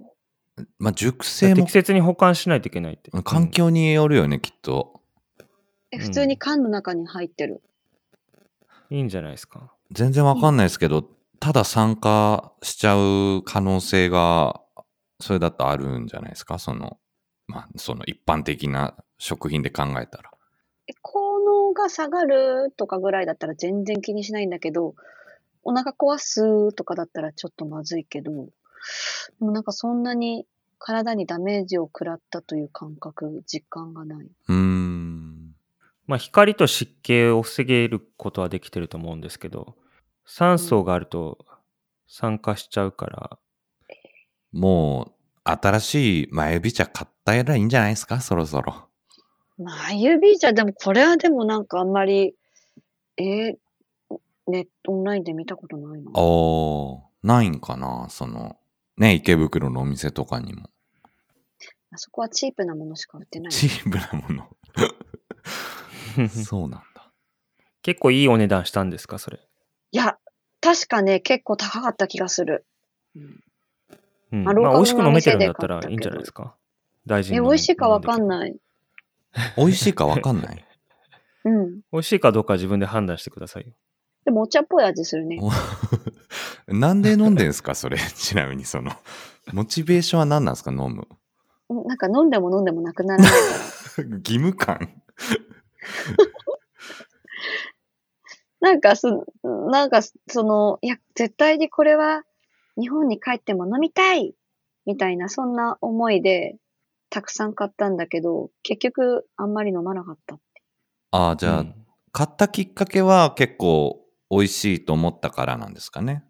Speaker 2: まあ、熟成も
Speaker 1: 適切に保管しないといけないって。
Speaker 2: 環境によるよね、きっと。
Speaker 3: え
Speaker 1: うん
Speaker 3: 普通に缶の中に入ってる。
Speaker 1: うんいいんじゃないですか。
Speaker 2: 全然わかんないですけど、ただ参加しちゃう可能性が、それだとあるんじゃないですかその、まあ、その一般的な食品で考えたら。
Speaker 3: え効能が下がるとかぐらいだったら全然気にしないんだけど、お腹壊すとかだったらちょっとまずいけど、でもなんかそんなに体にダメージを食らったという感覚、実感がない。
Speaker 2: うーん。
Speaker 1: まあ、光と湿気を防げることはできてると思うんですけど、酸素があると酸化しちゃうから、
Speaker 2: もう、新しい眉ビ茶買ったらいいんじゃないですかそろそろ。
Speaker 3: まあ、指じゃ、でもこれはでもなんかあんまり、えー、ネット、オンラインで見たことないな。
Speaker 2: おー、ないんかなその、ね、池袋のお店とかにも。
Speaker 3: あそこはチープなものしか売ってない。
Speaker 2: チープなもの。そうなんだ。
Speaker 1: 結構いいお値段したんですか、それ。
Speaker 3: いや、確かね、結構高かった気がする。
Speaker 1: うん、
Speaker 3: ま
Speaker 1: まあ、
Speaker 3: あローカル
Speaker 1: 美味しく飲めてるんだった
Speaker 3: のお
Speaker 1: ら
Speaker 3: 店で買ったけど
Speaker 1: いいんじゃないですか。大事
Speaker 3: え、
Speaker 1: に
Speaker 3: 美
Speaker 1: 飲め。
Speaker 3: 味しいかわかん
Speaker 1: い。
Speaker 3: ない。
Speaker 2: 美味しいかわかんない。
Speaker 3: うん。
Speaker 1: 美味しいかどうかは自分で判断してくださいよ。
Speaker 3: でもお茶っぽい味するね。
Speaker 2: お なんで飲んでんすかそれ。ちなみにその、モチベーションは何なんですか飲む。
Speaker 3: うんなんか飲んでも飲んでもな くならないから。
Speaker 2: 義務感
Speaker 3: なんかす、なんかす、その、いや、絶対にこれは日本に帰っても飲みたいみたいな、そんな思いで、たくさん買ったんだけど、結局あんまり飲まなかった。
Speaker 2: ああ、じゃあ、
Speaker 1: うん
Speaker 2: 買ったきっかけは結構美味しいと思ったからなんですかね。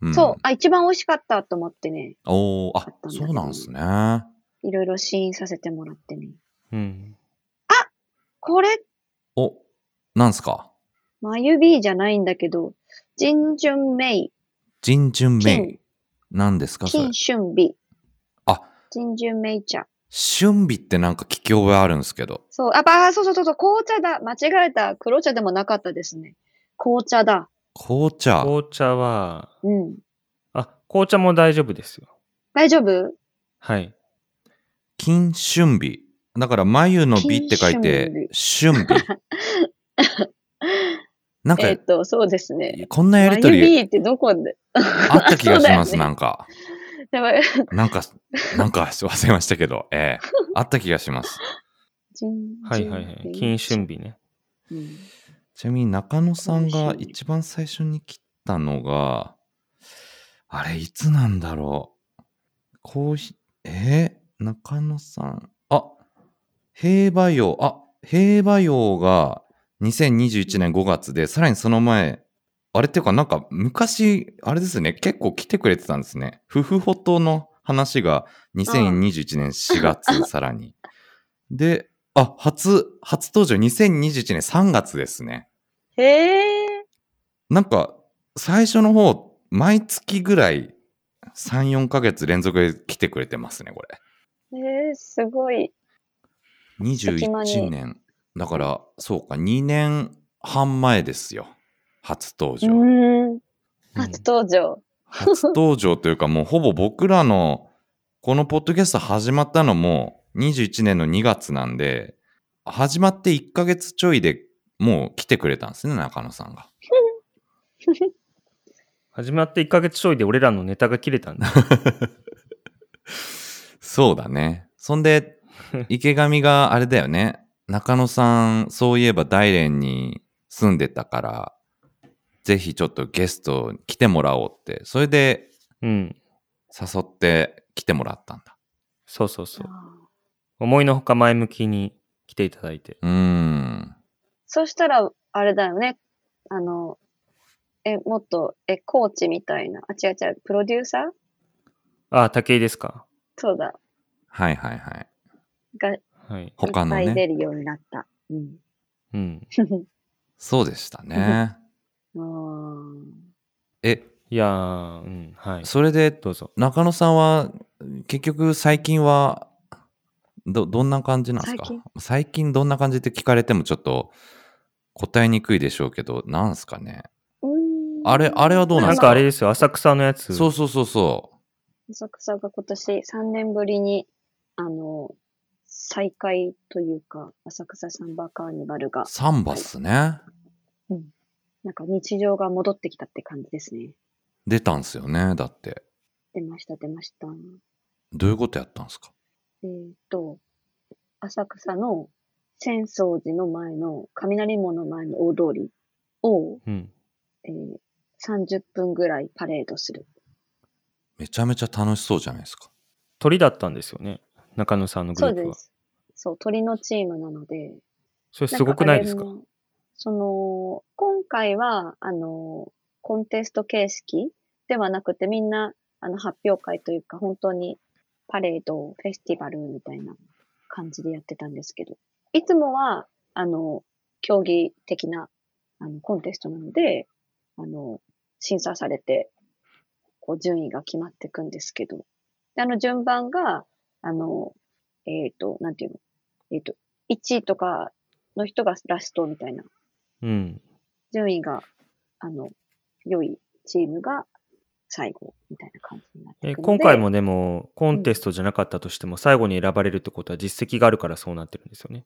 Speaker 2: うん、
Speaker 3: そう、あ、一番美味しかったと思ってね、
Speaker 2: おーあ
Speaker 3: 買ったんだ
Speaker 2: そ
Speaker 3: けど
Speaker 2: うなんですね。あ
Speaker 3: いろいろ試飲させてもらってね。
Speaker 1: うん。
Speaker 3: これ、
Speaker 2: お、なんすか
Speaker 3: 眉ビーじゃないんだけど、ジンジュンメイ、
Speaker 2: ジンジュンメ
Speaker 3: 金
Speaker 2: イ。、なんですかそれ
Speaker 3: 金。春美、
Speaker 2: あ、
Speaker 3: ジンジュンメイ茶。
Speaker 2: 春美ってなんか聞き覚えあるんですけど。
Speaker 3: そう、あ、ば、そうそうそうそう、紅茶だ。間違えた。黒茶でもなかったですね。紅茶だ。
Speaker 2: 紅茶。
Speaker 1: 紅茶は、
Speaker 3: うん。
Speaker 1: あ、紅茶も大丈夫ですよ。
Speaker 3: 大丈夫
Speaker 1: はい。
Speaker 2: 金春美。だから、眉の美って書いて、春美。なんか、
Speaker 3: えっと、そうですね。
Speaker 2: こんなやりと
Speaker 3: まゆ
Speaker 2: り
Speaker 3: びーってどこで
Speaker 2: あった気がしま
Speaker 3: そうだよ
Speaker 2: す、
Speaker 3: ね
Speaker 2: なんか。
Speaker 3: やばい。
Speaker 2: なんか、なんか忘れましたけど、ええあった気がします。
Speaker 1: はいはいはい。金春日ね。
Speaker 3: うん
Speaker 2: ちなみに中野さんが一番最初に切ったのが、あれ、いつなんだろう。コーヒー、えー中野さん。あ、平和洋、あ、平和洋が2021年5月で、さらにその前、あれっていうかなんか昔、あれですね、結構来てくれてたんですね。夫婦フォトの話が2021年4月、さらに。で、あ、初、初登場2021年3月ですね。
Speaker 3: へえ。
Speaker 2: なんか、最初の方、毎月ぐらい、3、4ヶ月連続で来てくれてますね、これ。
Speaker 3: えー、すごい。隙間
Speaker 2: 21
Speaker 3: に
Speaker 2: 年。だから、そうか、2年半前ですよ。初登
Speaker 3: う
Speaker 2: 場。
Speaker 3: ーん。
Speaker 1: うん
Speaker 3: 初登場。
Speaker 2: 初登場というか、もうほぼ僕らの、このポッドキャスト始まったのも、21年の2月なんで、始まって1ヶ月ちょいでもう来てくれたんですね、中野さんが。
Speaker 1: 始まって1ヶ月ちょいで俺らのネタが切れたんだ。
Speaker 2: そうだね。そん で、池上があれだよね。中野さん、そういえば大連に住んでたから、ぜひちょっとゲスト来てもらおうって、それで
Speaker 1: うん。
Speaker 2: 誘って来てもらったんだ。
Speaker 1: そうそうそう。
Speaker 3: あー
Speaker 1: 思いのほか前向きに来ていただいて。
Speaker 2: うーん。
Speaker 3: そしたら、あれだよね。あの、え、もっと、え、コーチみたいな。あ、違う違う、プロデューサー
Speaker 1: あ、武井ですか。
Speaker 3: そうだ。
Speaker 2: はいはいはい。
Speaker 3: が、いっ
Speaker 1: はい。
Speaker 2: 他の
Speaker 3: ぱい出
Speaker 2: ね。
Speaker 3: るようになった。うん。
Speaker 1: うん。
Speaker 2: そうでしたね。
Speaker 3: あー
Speaker 2: え、
Speaker 1: いやー、うん。はい。
Speaker 2: それで、
Speaker 1: どうぞ。
Speaker 2: 中野さんは、結局最近は、ど、どんな感じなんですか
Speaker 3: 最近
Speaker 2: 最近どんな感じって聞かれてもちょっと答えにくいでしょうけど、なんすかね。
Speaker 3: うーん
Speaker 2: あれあれはどう
Speaker 1: な
Speaker 2: で
Speaker 1: ん
Speaker 2: すか
Speaker 1: かあれですよ、浅草のやつ。
Speaker 2: そうそうそうそう。
Speaker 3: 浅草が今年3年ぶりに、あの、再開というか、浅草サンバカーニバルが、
Speaker 2: サンバっすね。
Speaker 3: なんか日常が戻ってきたって感じですね。
Speaker 2: 出たんすよね。だって。
Speaker 3: 出ました、出ました。
Speaker 2: どういうことやったんすか
Speaker 3: えっ、と、浅草の浅草寺の前の、雷門の前の大通りを、
Speaker 1: うん。
Speaker 3: えー30分ぐらいパレードする。
Speaker 2: めちゃめちゃ楽しそうじゃないですか。
Speaker 1: 鳥だったんですよね。中野さんのグル
Speaker 3: そう
Speaker 1: ープ
Speaker 3: で
Speaker 1: は。
Speaker 3: す。そう、鳥のチームなので。
Speaker 1: それすごくないですか
Speaker 3: んあれもその、今回は、あの、コンテスト形式ではなくて、みんな、あの、発表会というか、本当にパレード、フェスティバルみたいな感じでやってたんですけど、いつもは、あの、競技的な、あの、コンテストなので、あの、審査されて、こう、順位が決まっていくんですけど、であの、順番が、あの、えっ、と、なんていうの、えっ、と、1位とかの人がラストみたいな
Speaker 1: うん。
Speaker 3: 順位が、あの、良いチームが最後みたいな感じになって
Speaker 1: え
Speaker 3: くるので。
Speaker 1: 今回もでも、コンテストじゃなかったとしても、最後に選ばれるってことは実績があるからそうなってるんですよね。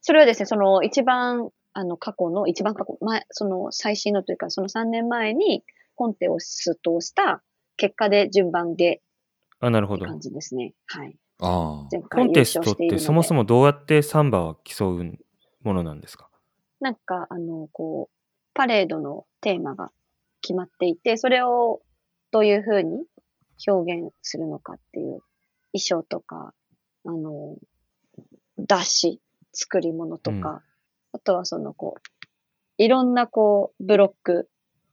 Speaker 3: それはですね、その一番、あの、過去の、一番過去、前、その最新のというか、その3年前にコンテを出頭した結果で順番で
Speaker 1: あ、なるほ
Speaker 3: って
Speaker 1: ど。
Speaker 3: 感じですね。はい。
Speaker 2: ああ。
Speaker 3: 前
Speaker 1: コ
Speaker 3: 回優
Speaker 1: ンテス
Speaker 3: 勝
Speaker 1: トっ
Speaker 3: しているの
Speaker 1: て
Speaker 3: で
Speaker 1: そもそもどうやってサンバは競うものなんですか
Speaker 3: なんか、あの、こう、パレードのテーマが決まっていて、それをどういうふうに表現するのかっていう、衣装とか、あの、出汁、作り物とか、
Speaker 1: うん
Speaker 3: あとはその、こう、いろんな、こう、ブロック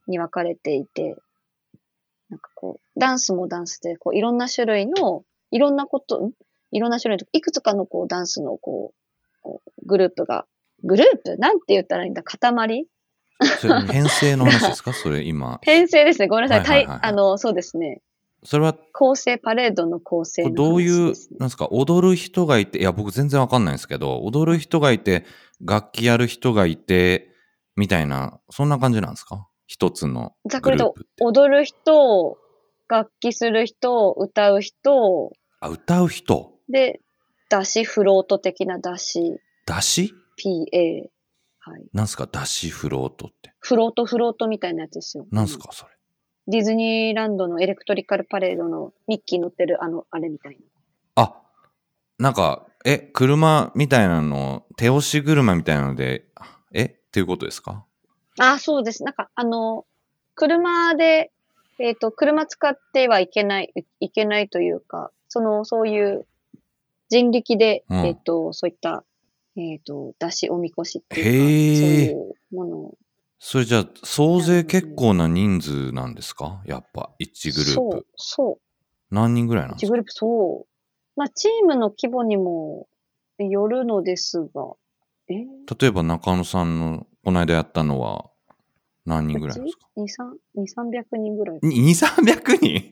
Speaker 3: に分かれていて、なんかこう、ダンスもダンスで、こう、いろんな種類の、いろんなこと、んいろんな種類の、いくつかのこう、ダンスのこう、こうグループが、グループなんて言ったらいいんだ塊
Speaker 2: それ編成の話ですかそれ今。
Speaker 3: 編成ですね。ごめんなさ
Speaker 2: はいは
Speaker 3: い。
Speaker 2: いはい
Speaker 3: たいあの、そうですね。
Speaker 2: それは、こ
Speaker 3: 構成、パレードの構成
Speaker 2: れ
Speaker 3: の
Speaker 2: どういう
Speaker 3: 話です、ね
Speaker 2: なんですか、踊る人がいて、いや、僕全然わかんないんですけど、踊る人がいて、楽器やる人がいて、みたいな、そんな感じなんですか一つの
Speaker 3: ざっ
Speaker 2: グ
Speaker 3: く
Speaker 2: ル
Speaker 3: り
Speaker 2: ー
Speaker 3: と
Speaker 2: プって。
Speaker 3: 踊る人、楽器する人、歌う人、
Speaker 2: あ、歌う人
Speaker 3: で、出し、フロート的な出し、
Speaker 2: 出し
Speaker 3: PA。はい。
Speaker 2: なんすか出しフロートって。
Speaker 3: フロート、フロートみたいなやつですよ。
Speaker 2: なんすかそれ。
Speaker 3: ディズニーランドのエレクトリカルパレードのミッキー乗ってるあの、あれみたいな。
Speaker 2: あ、なんか、え、車みたいなの、手押し車みたいなので、えっていうことですか
Speaker 3: あ、そうです。なんか、あの、車で、えっ、と、車使ってはいけない、いいけないというか、その、そういう人力で、
Speaker 2: うん
Speaker 3: えっ、と、そういった、えっ、と、出し、おみこしって
Speaker 2: へー
Speaker 3: いうか、そういうものを、
Speaker 2: それじゃあ、総勢結構な人数なんですかやっぱ、1グル
Speaker 3: そ
Speaker 2: ー
Speaker 3: う
Speaker 2: プ。、
Speaker 3: そ、
Speaker 2: 何人ぐらいうなんで
Speaker 3: 1
Speaker 2: すか
Speaker 3: グループ、そう。まあ、チームの規模にもよるのですが、えー、
Speaker 2: 例えば中野さんの、この間やったのは、何人ぐらいなんですか
Speaker 3: うち2、3 200、300人ぐらい。
Speaker 2: に ?2、300人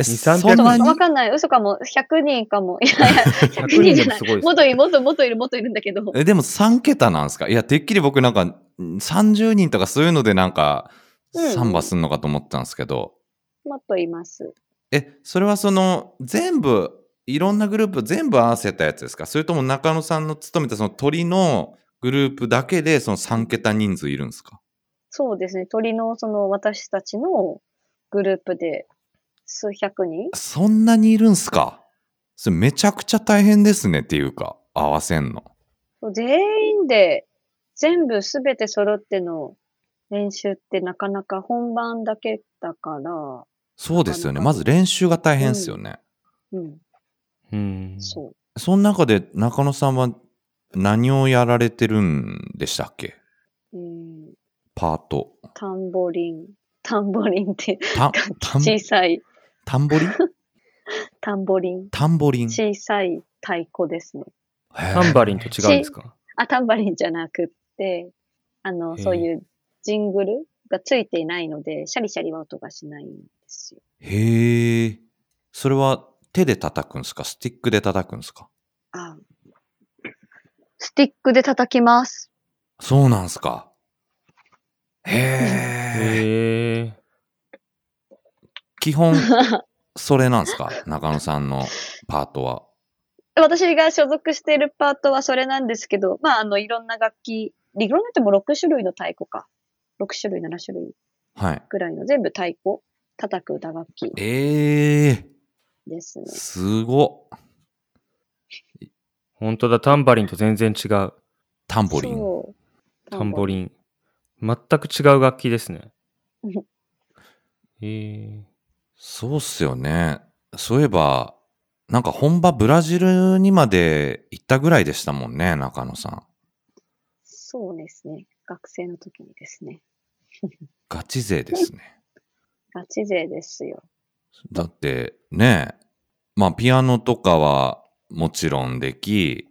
Speaker 2: え、
Speaker 1: 200
Speaker 2: そん
Speaker 3: ちょっと
Speaker 2: な
Speaker 3: わ
Speaker 2: に
Speaker 3: わかんない。嘘かも。100人かも。いやいや、100人じゃない
Speaker 1: 100人でもすごい。です
Speaker 3: もっといる、もっと、もっといる、もっといるんだけど。
Speaker 2: え、でも3桁なんですかいや、てっきり僕なんか、30人とかそういうのでなんか、
Speaker 3: うん
Speaker 2: サンバすんのかと思ったんですけど、
Speaker 3: もっといます。
Speaker 2: え、それはその、全部、いろんなグループ全部合わせたやつですかそれとも中野さんの勤めたその鳥のグループだけで、その3桁人数いるんですか
Speaker 3: そうですね。鳥の、その、私たちのグループで、数百人
Speaker 2: そんなにいるんすかそれめちゃくちゃ大変ですねっていうか、合わせんの。
Speaker 3: 全員で、全部すべて揃っての練習ってなかなか本番だけだから、
Speaker 2: そうですよね。
Speaker 3: なかなか
Speaker 2: まず練習が大変ですよね。
Speaker 3: うん、
Speaker 1: うん。
Speaker 3: そう。
Speaker 2: その中で中野さんは何をやられてるんでしたっけ
Speaker 3: えー、
Speaker 2: パート。
Speaker 3: タンボリン。タンボリンって、
Speaker 2: た、たん、
Speaker 3: 小さい
Speaker 2: タン ボリン
Speaker 3: タンボリン。
Speaker 2: タンボリン。
Speaker 3: 小さい太鼓ですね。
Speaker 1: タンバリンと
Speaker 2: へ
Speaker 1: 違うんですか
Speaker 3: あ、タンバリンじゃなくって、あの、
Speaker 1: へえ
Speaker 3: そういうジングルがついていないので、シャリシャリは音がしないんですよ。
Speaker 2: へえ。それは手で叩くんですかスティックで叩くんですか
Speaker 3: あスティックで叩きます。
Speaker 2: そうなんすか。へえ。
Speaker 1: へえ。
Speaker 2: 基 本、それなんですか中野さんのパートは。
Speaker 3: 私が所属しているパートはそれなんですけど、まあ、あの、いろんな楽器、いろんなっても6種類の太鼓か。6種類、7種類
Speaker 2: はい。
Speaker 3: ぐらいの全部太鼓、叩く歌楽器
Speaker 2: ええ
Speaker 3: ですね。
Speaker 2: すごっ。
Speaker 1: 本当だ、タンバリンと全然違う。
Speaker 2: タンボリン。
Speaker 3: そう
Speaker 1: タンボ
Speaker 3: ン。
Speaker 1: リン。全く違う楽器ですね。へえ。
Speaker 2: そうっすよね。そういえば、なんか本場ブラジルにまで行ったぐらいでしたもんね、中野さん。
Speaker 3: そうですね。学生の時にですね。
Speaker 2: ガチ勢ですね。
Speaker 3: ガチ勢ですよ。
Speaker 2: だってね、まあピアノとかはもちろんでき、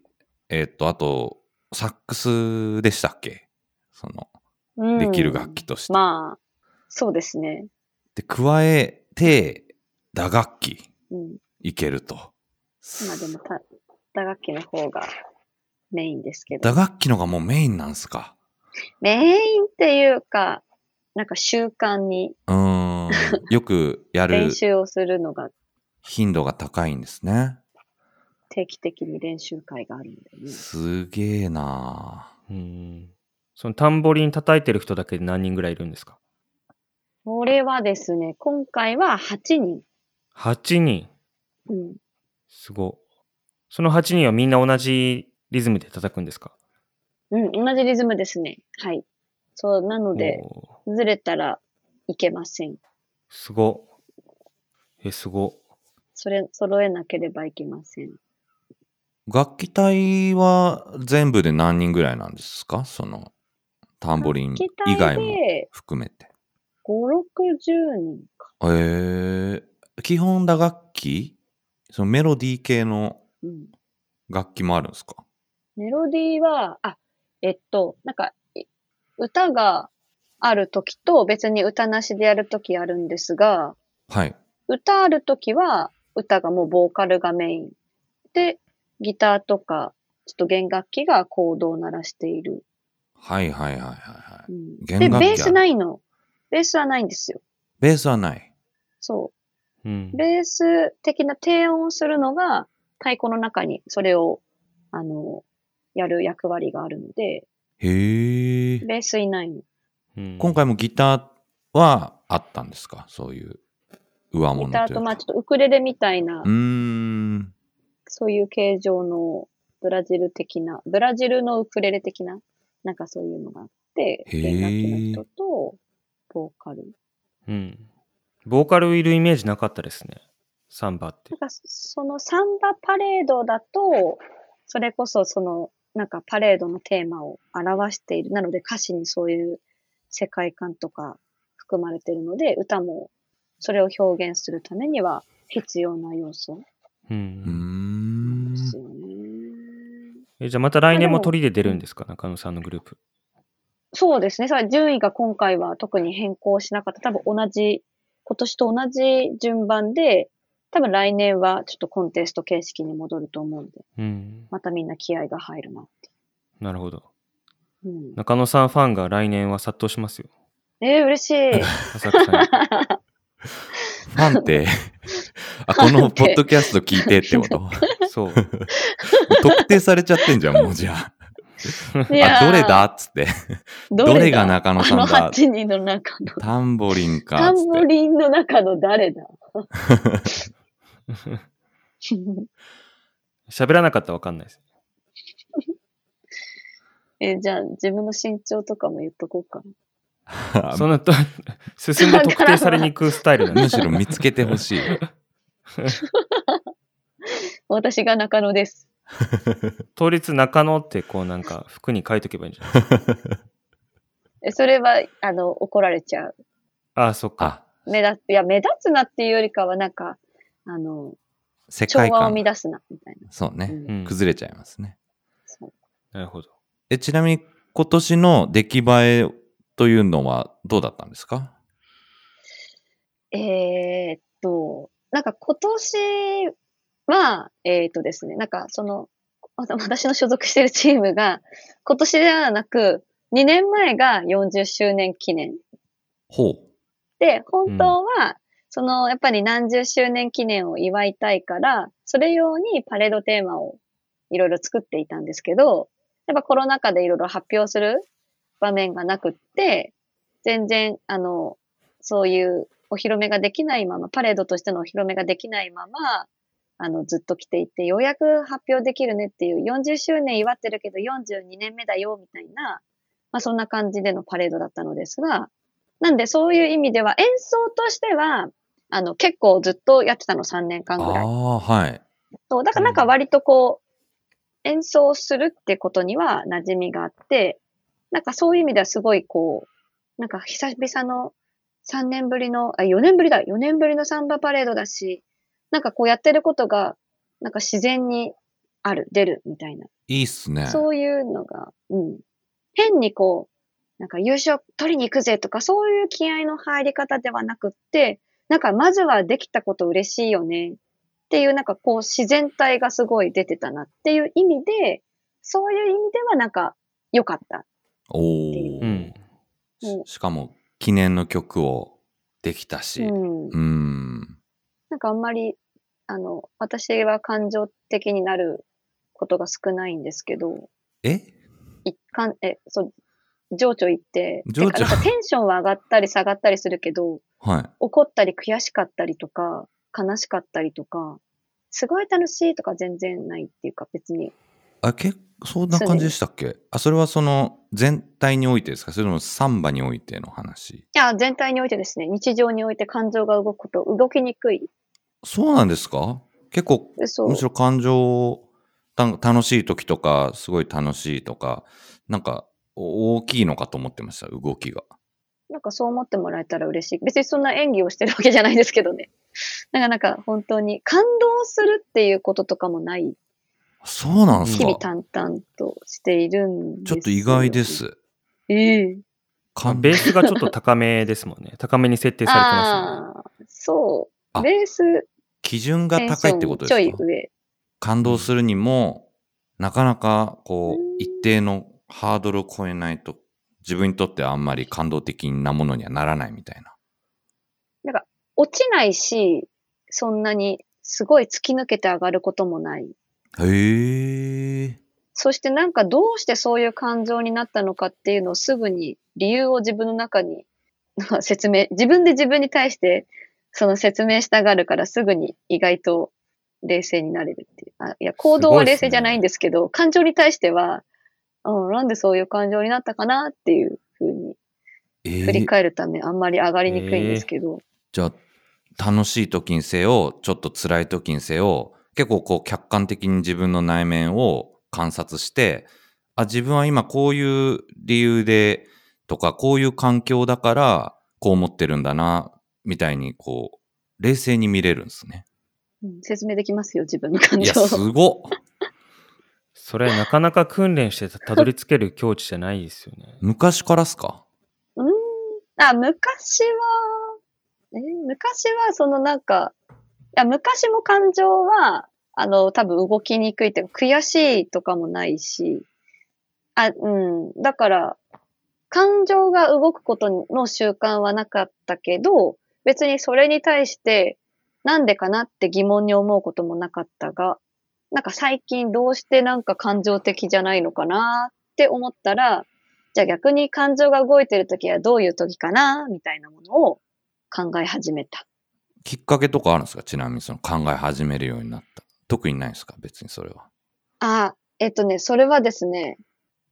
Speaker 2: えっと、あと、サックスでしたっけその、
Speaker 3: うん、
Speaker 2: できる楽器として。
Speaker 3: まあ、そうですね。
Speaker 2: で、加えて、打楽器
Speaker 3: うん。
Speaker 2: いけると。
Speaker 3: まあでもた、打楽器の方がメインですけど
Speaker 2: 打。楽器のがもうメインなんすか。
Speaker 3: メインっていうか、なんか習慣に
Speaker 2: うーん。よくやる
Speaker 3: 練習をするのが
Speaker 2: 頻度が高いんですね。
Speaker 3: 定期的に練習会があるんで、ね。
Speaker 2: すげえな
Speaker 1: うん。そのタンボリン叩いてる人だけで何人ぐらいいるんですか
Speaker 3: これはですね、今回は8人。
Speaker 1: ?8 人。
Speaker 3: うん。
Speaker 1: すご。その8人はみんな同じリズムで叩くんですか
Speaker 3: うん、同じリズムですね。はい。そう、なので、
Speaker 1: おー
Speaker 3: ずれたらいけません。
Speaker 1: すご。え、すご。
Speaker 3: それ、揃えなければいけません。
Speaker 2: 楽器隊は全部で何人ぐらいなんですかその、タンボリン以外
Speaker 3: 機
Speaker 2: も
Speaker 3: 体で
Speaker 2: 含めて。
Speaker 3: 5、60人か。
Speaker 2: えー、基本打楽器そのメロディー系の
Speaker 3: うん。
Speaker 2: 楽器もあるんですか
Speaker 3: メロディーは、あ、えっと、なんか、い歌がある時と別に歌なしでやる時あるんですが、
Speaker 2: はい。
Speaker 3: 歌ある時は歌がもうボーカルがメイン。で、ギターとか、ちょっと弦楽器がコードを鳴らしている。
Speaker 2: はいはいはいはいはい。
Speaker 3: うん、で、ベ
Speaker 2: 弦楽器ある
Speaker 3: ースないの。ベースはないんですよ。
Speaker 2: ベースはない。
Speaker 3: そ
Speaker 1: うん
Speaker 3: う。。ベース的な低音をするのが太鼓の中にそれを、あの、やる役割があるので、
Speaker 2: へえ。
Speaker 3: ベースいないの。
Speaker 1: うん
Speaker 2: 今回もギターはあったんですかそういう上物
Speaker 3: ギ
Speaker 2: という
Speaker 3: タ
Speaker 2: か。
Speaker 3: ーとまあちょっとウクレレみたいな
Speaker 2: うー、ん。
Speaker 3: そういう形状のブラジル的な、ブラジルのウクレレ的な、なんかそういうのがあって、
Speaker 2: へー
Speaker 3: 弦楽器の人と、ボーカル。
Speaker 1: うん。ボーカルいるイメージなかったですね。サンバって
Speaker 3: なん。かそのサンバパレードだと、それこそその、なんかパレードのテーマを表している。なので歌詞にそういう世界観とか含まれているので、歌もそれを表現するためには必要な要素
Speaker 1: う
Speaker 2: うー
Speaker 1: ん。
Speaker 2: ん
Speaker 3: で。すよね。
Speaker 1: えじゃあまた来年も鳥で出るんですか中野さんのグループ。
Speaker 3: そうですね。さあ、順位が今回は特に変更しなかった。多分同じ、今年と同じ順番で、多分来年はちょっとコンテスト形式に戻ると思うんで、
Speaker 1: うん。
Speaker 3: またみんな気合が入るなって。
Speaker 1: なるほど。
Speaker 3: うん、
Speaker 1: 中野さんファンが来年は殺到しますよ。
Speaker 3: えー、嬉しい。
Speaker 1: 浅草に。
Speaker 2: ファンって、 あ、このポッドキャスト聞いてってこと
Speaker 1: そう。
Speaker 2: 特定されちゃってんじゃん、もうじゃあ。
Speaker 3: いや
Speaker 2: あ、
Speaker 3: ー
Speaker 2: どれだっつって。
Speaker 3: ど
Speaker 2: どれ
Speaker 3: だ
Speaker 2: が中野
Speaker 3: あ
Speaker 2: さん
Speaker 3: の
Speaker 2: だ
Speaker 3: 8人の中の。
Speaker 2: タンボリンか
Speaker 3: タ
Speaker 2: っ
Speaker 3: ン
Speaker 2: つっ
Speaker 3: ブ
Speaker 2: て。
Speaker 3: リンの中の誰 だ
Speaker 1: 喋らなかったらわかんないです。
Speaker 3: えーじゃあ自分の身長とかも言っとこうかな。
Speaker 1: そんなと、 進んで特定されに行くスタイルなんで
Speaker 2: むしろ見つけてほしい。
Speaker 3: 私が中野です。
Speaker 1: 当日中野ってこうなんか服に書いとけばいいんじゃないですか。
Speaker 3: えそれは、あの、怒られちゃう。
Speaker 1: ああ、そっか。
Speaker 2: あ、
Speaker 3: 目立つ、いや、目立つなっていうよりかは、なんか、あの、
Speaker 2: 世
Speaker 3: 調
Speaker 2: 界
Speaker 3: 和を
Speaker 2: 観。
Speaker 3: 乱すな、みたいな。
Speaker 2: そう
Speaker 3: う
Speaker 2: ね。
Speaker 1: うんん。
Speaker 2: 崩れちゃいますね。
Speaker 3: そう
Speaker 1: なるほど。
Speaker 2: え、ちなみに今年の出来栄えというのはどうだったんですか
Speaker 3: えーっと、なんか今年は、えーっとですね、なんかその、わた私の所属してるチームが、今年ではなく、2年前が40周年記念
Speaker 2: ほう。
Speaker 3: で、本当は、その、やっぱり何十周年記念を祝いたいから、それ用にパレードテーマをいろいろ作っていたんですけど、やっぱコロナ禍でいろいろ発表する場面がなくって、全然、あの、そういうお披露目ができないまま、パレードとしてのお披露目ができないまま、あの、ずっと来ていて、ようやく発表できるねっていう、40周年祝ってるけど42年目だよ、みたいな、まあそんな感じでのパレードだったのですが、なんでそういう意味では、演奏としては、あの、結構ずっとやってたの3年間ぐらい。
Speaker 2: ああー、はい。
Speaker 3: そう、だからなんか割とこう、演奏するってことには馴染みがあって、なんかそういう意味ではすごいこう、なんか久々の3年ぶりの、あ、4年ぶりだ、4年ぶりのサンバパレードだし、なんかこうやってることが、なんか自然にある、出るみたいな。
Speaker 2: いいっすね。
Speaker 3: そういうのが、うん。変にこう、なんか優勝取りに行くぜとか、そういう気合の入り方ではなくって、なんかまずはできたこと嬉しいよねっていう、なんかこう自然体がすごい出てたなっていう意味で、そういう意味ではなんか良かった。
Speaker 2: お
Speaker 3: う
Speaker 1: う
Speaker 2: ー
Speaker 1: ん。
Speaker 3: も
Speaker 2: ししかも、記念の曲をできたし。
Speaker 3: う。
Speaker 2: うんーん。
Speaker 3: なんかあんまり、あの、私は感情的になることが少ないんですけど、
Speaker 2: え
Speaker 3: 一貫、え、そう、情緒行って、て
Speaker 2: 情緒
Speaker 3: かなんかテンションは上がったり下がったりするけど、
Speaker 2: はい。
Speaker 3: 怒ったり悔しかったりとか、悲しかったりとか、すごい楽しいとか全然ないっていうか別に。
Speaker 2: あ、けそんな感じでしたっけあ、それはその、全体においてですかそれともサンバにおいての話。
Speaker 3: いや、全体においてですね、日常において感情が動くこと、動きにくい。
Speaker 2: そうなんですか結構、
Speaker 3: そう
Speaker 2: むしろ感情た楽しい時とか、すごい楽しいとか、なんか、大きいのかと思ってました、動きが。
Speaker 3: なんかそう思ってもらえたら嬉しい。別にそんな演技をしてるわけじゃないですけどね。 なんかなんか本当に感動するっていうこととかもない、
Speaker 2: そうなんです
Speaker 3: 日
Speaker 2: か
Speaker 3: 々淡々としているんで
Speaker 2: ち
Speaker 3: す
Speaker 2: ょ
Speaker 3: よ
Speaker 2: っと意外で。す。
Speaker 3: ええ
Speaker 1: まあ
Speaker 2: 感
Speaker 1: ベースがちょっと高めですもんね。高めに設定されてますもんね。
Speaker 3: ああ、そ
Speaker 2: あ
Speaker 3: う。ベース
Speaker 2: 基準が
Speaker 3: テンシ
Speaker 2: 高いって
Speaker 3: ョ
Speaker 2: こ
Speaker 3: ン
Speaker 2: と
Speaker 3: ちょ
Speaker 2: で
Speaker 3: い
Speaker 2: すか
Speaker 3: 上。
Speaker 2: 感動するにも、なかなかこ
Speaker 3: う、
Speaker 2: うん一定のハードルを超えないと、自分にとってはあんまり感動的なものにはならないみたいな。
Speaker 3: 落ちないし、そんなにすごい突き抜けて上がることもない。
Speaker 2: へえ。
Speaker 3: そしてなんかどうしてそういう感情になったのかっていうのをすぐに理由を自分の中に 説明、自分で自分に対してその説明したがるからすぐに意外と冷静になれるっていう。あいや、行動は冷静じゃないんですけど、感情に対しては、うん、なんでそういう感情になったかなっていうふうに
Speaker 2: え
Speaker 3: 振り
Speaker 2: ー、
Speaker 3: 返るためあんまり上がりにくいんですけど、
Speaker 2: じゃあ、楽しい時にせよ、ちょっと辛い時にせよ、結構こう客観的に自分の内面を観察して、あ、自分は今こういう理由でとか、こういう環境だから、こう思ってるんだな、みたいにこう、冷静に見れるんですね。
Speaker 3: うん説明できますよ、自分の感
Speaker 2: い
Speaker 3: 情
Speaker 2: や、。すごっ
Speaker 1: それなかなか訓練してたたどり着ける境地じゃないですよね。
Speaker 2: 昔からっすか
Speaker 3: うーん。あ、昔は、えー昔は、そのなんか、いや、昔も感情は、あの、多分動きにくいっていうか、悔しいとかもないし、あ、うん。だから、感情が動くことの習慣はなかったけど、別にそれに対して、なんでかなって疑問に思うこともなかったが、なんか最近どうしてなんか感情的じゃないのかなって思ったら、じゃあ逆に感情が動いてるときはどういうときかなみたいなものを考え始めた。
Speaker 2: きっかけとかあるんですかちなみにその考え始めるようになった。特にないですか別にそれは。
Speaker 3: あ、えっとね、それはですね、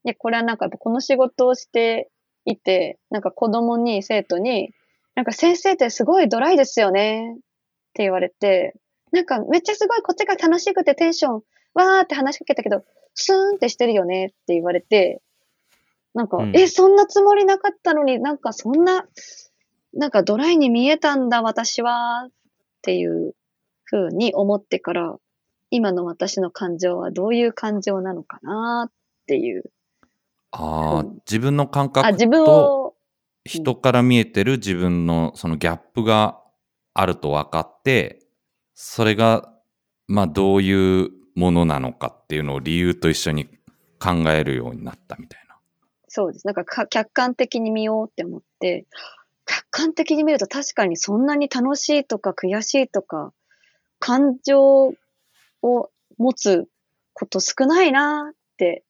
Speaker 3: いや、これはなんかやっぱこの仕事をしていて、なんか子供に、生徒に、なんか先生ってすごいドライですよねって言われて、なんかめっちゃすごいこっちが楽しくてテンション、わーって話しかけたけど、スーンってしてるよねって言われて、なんか、
Speaker 1: うん
Speaker 3: え、そんなつもりなかったのになんかそんな、なんかドライに見えたんだ私はっていう風に思ってから、今の私の感情はどういう感情なのかなっていう。
Speaker 2: ああ、
Speaker 3: うん
Speaker 2: 自分の感覚
Speaker 3: あ、自分
Speaker 2: と
Speaker 3: を、
Speaker 2: 人から見えてる自分のそのギャップがあると分かって、それが、まあどういうものなのかっていうのを理由と一緒に考えるようになったみたいな。
Speaker 3: そうです。なんかか客観的に見ようって思って、客観的に見ると確かにそんなに楽しいとか悔しいとか、感情を持つこと少ないなって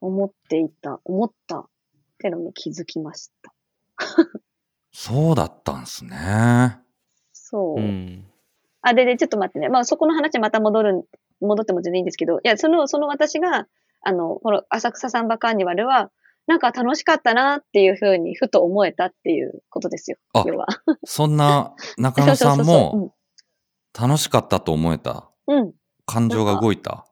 Speaker 3: 思っていた、思ったってのに気づきました。
Speaker 2: そうだったんですね。
Speaker 3: そ
Speaker 1: う
Speaker 3: う。
Speaker 1: ん。
Speaker 3: あ、で、で、ちょっと待ってね。まあ、そこの話にまた戻る、戻っても全然いいんですけど、いや、その、その私が、あの、この浅草サンバカーニバルは、なんか楽しかったなっていうふうに、ふと思えたっていうことですよ。
Speaker 2: あ
Speaker 3: 要は。
Speaker 2: そんな中野さん
Speaker 3: そうそうそう
Speaker 2: も楽しかったと思えた。
Speaker 3: そう。うん。うん
Speaker 2: 感情が動いた。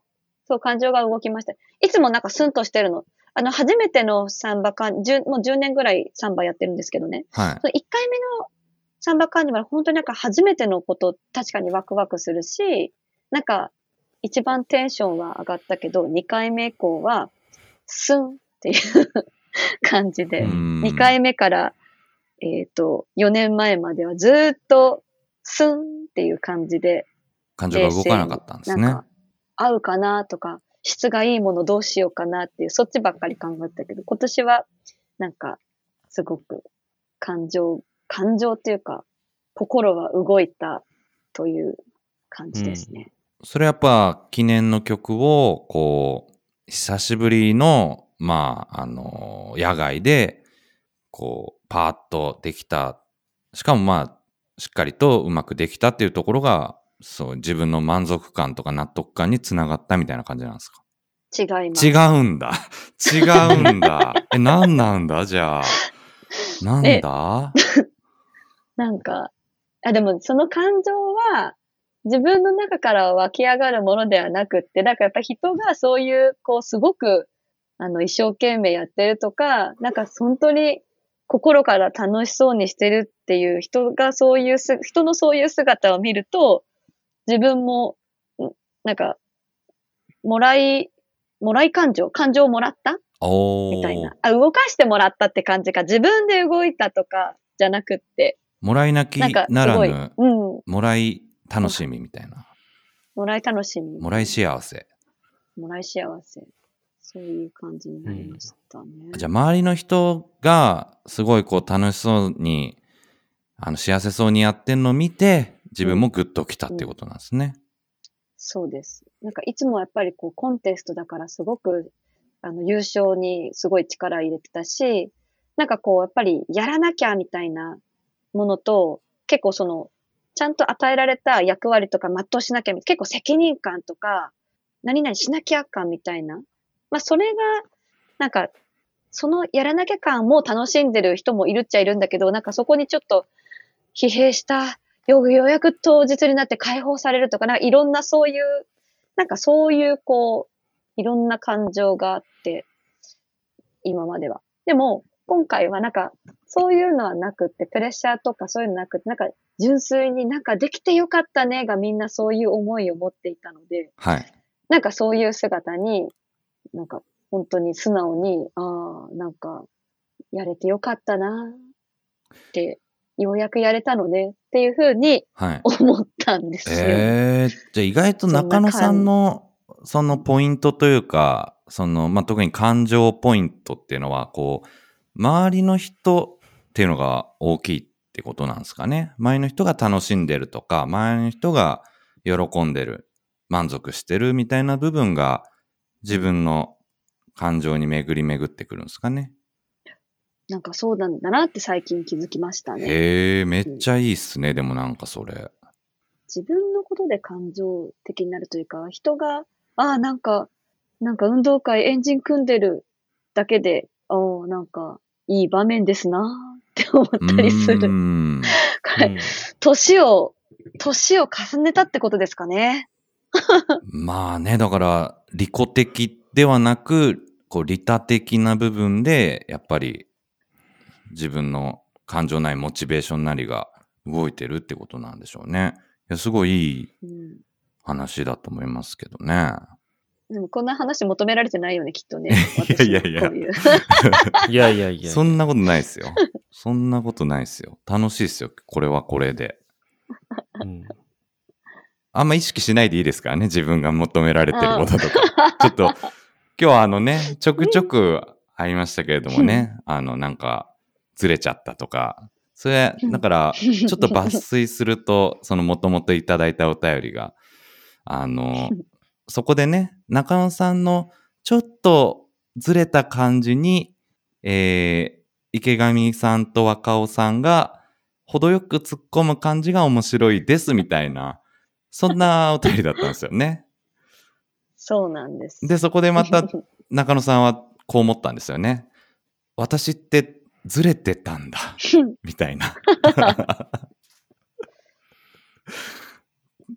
Speaker 3: そう、感情が動きました。いつもなんかスンとしてるの。あの、初めてのサンバカン、10もう10年ぐらいサンバやってるんですけどね。
Speaker 2: はい。
Speaker 3: 1回目のサンバカーニバル、本当になんか初めてのこと、確かにワクワクするし、なんか一番テンションは上がったけど、2回目以降は、スンっていう感じで、
Speaker 2: 2
Speaker 3: 2回目から、えっ、と、4年前まではずーっと、スンっていう感じで、
Speaker 2: 感情が動かなかったんですね。
Speaker 3: なんか合うかなとか、質がいいものどうしようかなっていう、そっちばっかり考えてたけど、今年は、なんか、すごく、感情、感情っていうか、心は動いたという感じですね。
Speaker 2: それやっぱ記念の曲を、こう、久しぶりの、まあ、あの、野外で、こう、パーッとできた。しかもまあ、しっかりとうまくできたっていうところが、そう、自分の満足感とか納得感につながったみたいな感じなんですか
Speaker 3: 違います。
Speaker 2: 違うんだ。違うんだ。え、なんなんだじゃあ。なん
Speaker 3: え
Speaker 2: だ
Speaker 3: なんか、あ、でもその感情は、自分の中から湧き上がるものではなくって、なんかやっぱ人がそういう、こう、すごく、あの、一生懸命やってるとか、なんか本当に心から楽しそうにしてるっていう人がそういうす、人のそういう姿を見ると、自分も、んなんか、もらい、もらい感情感情をもらった
Speaker 2: お
Speaker 3: みたい
Speaker 2: ー
Speaker 3: な。。あ、動かしてもらったって感じか。自分で動いたとかじゃなくって、
Speaker 2: もらい泣き
Speaker 3: なんか
Speaker 2: な
Speaker 3: す
Speaker 2: ら
Speaker 3: ごい、う
Speaker 2: ぬ、
Speaker 3: ん、
Speaker 2: もらい楽しみみたいな。
Speaker 3: もらい楽しみ、
Speaker 2: もらい幸せ。
Speaker 3: もらい幸せ、そういう感じになりましたね。
Speaker 2: じゃあ周りの人がすごいこう楽しそうに、あの幸せそうにやってんのを見て、自分もグッときたっていうことなんですね。
Speaker 3: そうです。なんかいつもやっぱりこうコンテストだからすごくあの優勝にすごい力入れてたし、なんかこうやっぱりやらなきゃみたいなものと、結構その、ちゃんと与えられた役割とか全うしなきゃみ結構責任感とか、何々しなきゃ感みたいな。まあそれが、なんか、そのやらなきゃ感も楽しんでる人もいるっちゃいるんだけど、なんかそこにちょっと疲弊したようようやく当日になって解放されるとか、なんかいろんなそういう、なんかそういうこう、いろんな感情があって、今までは。でも、今回はなんか、そういうのはなくって、プレッシャーとかそういうのなくって、なんか純粋になんかできてよかったねがみんなそういう思いを持っていたので、
Speaker 2: はい。
Speaker 3: なんかそういう姿に、なんか本当に素直に、ああ、なんかやれてよかったなって、ようやくやれたのねっていうふうに
Speaker 2: はい。
Speaker 3: 思ったんですよ。
Speaker 2: ええじゃあ意外と中野さんのそのポイントというか、その、まあ、特に感情ポイントっていうのは、こう、周りの人っていうのが大きいってことなんですかね。周りの人が楽しんでるとか、周りの人が喜んでる、満足してるみたいな部分が自分の感情に巡り巡ってくるんですかね。
Speaker 3: なんかそうなんだなって最近気づきましたね。
Speaker 2: へえ、めっちゃいいっすね。でもなんかそ れ。
Speaker 3: 自分のことで感情的になるというか、人が、ああ、なんか、なんか運動会エンジン組んでるだけで、ああ、なんか、いい場面ですなーって思ったりす
Speaker 2: うー
Speaker 3: る。
Speaker 2: ん。
Speaker 3: これ、年を、年を重ねたってことですかね。
Speaker 2: まあね、だから、利己的ではなく、こう、利他的な部分で、やっぱり、自分の感情なり、モチベーションなりが動いてるってことなんでしょうね。いや、すごいいい
Speaker 3: うん。
Speaker 2: 話だと思いますけどね。
Speaker 3: でもこんな話求められてないよね、きっとね。
Speaker 2: いやいやいや
Speaker 3: 私のこういう
Speaker 1: うんいやいやいや。
Speaker 2: そんなことないですよ。そんなことないですよ。楽しいですよ。これはこれで。
Speaker 1: うん
Speaker 2: あんま意識しないでいいですからね、自分が求められてることとか。ちょっと、今日はあのね、ちょくちょくありましたけれどもね、あの、なんか、ずれちゃったとか、それ、だから、ちょっと抜粋すると、 そのもともといただいたお便りが、あの、そこでね、中野さんのちょっとずれた感じに、えー池上さんと若尾さんが、程よく突っ込む感じが面白いですみたいな、そんなお便りだったんですよね。
Speaker 3: そうなんです。
Speaker 2: で、そこでまた中野さんはこう思ったんですよね。私ってずれてたんだ、みたいな。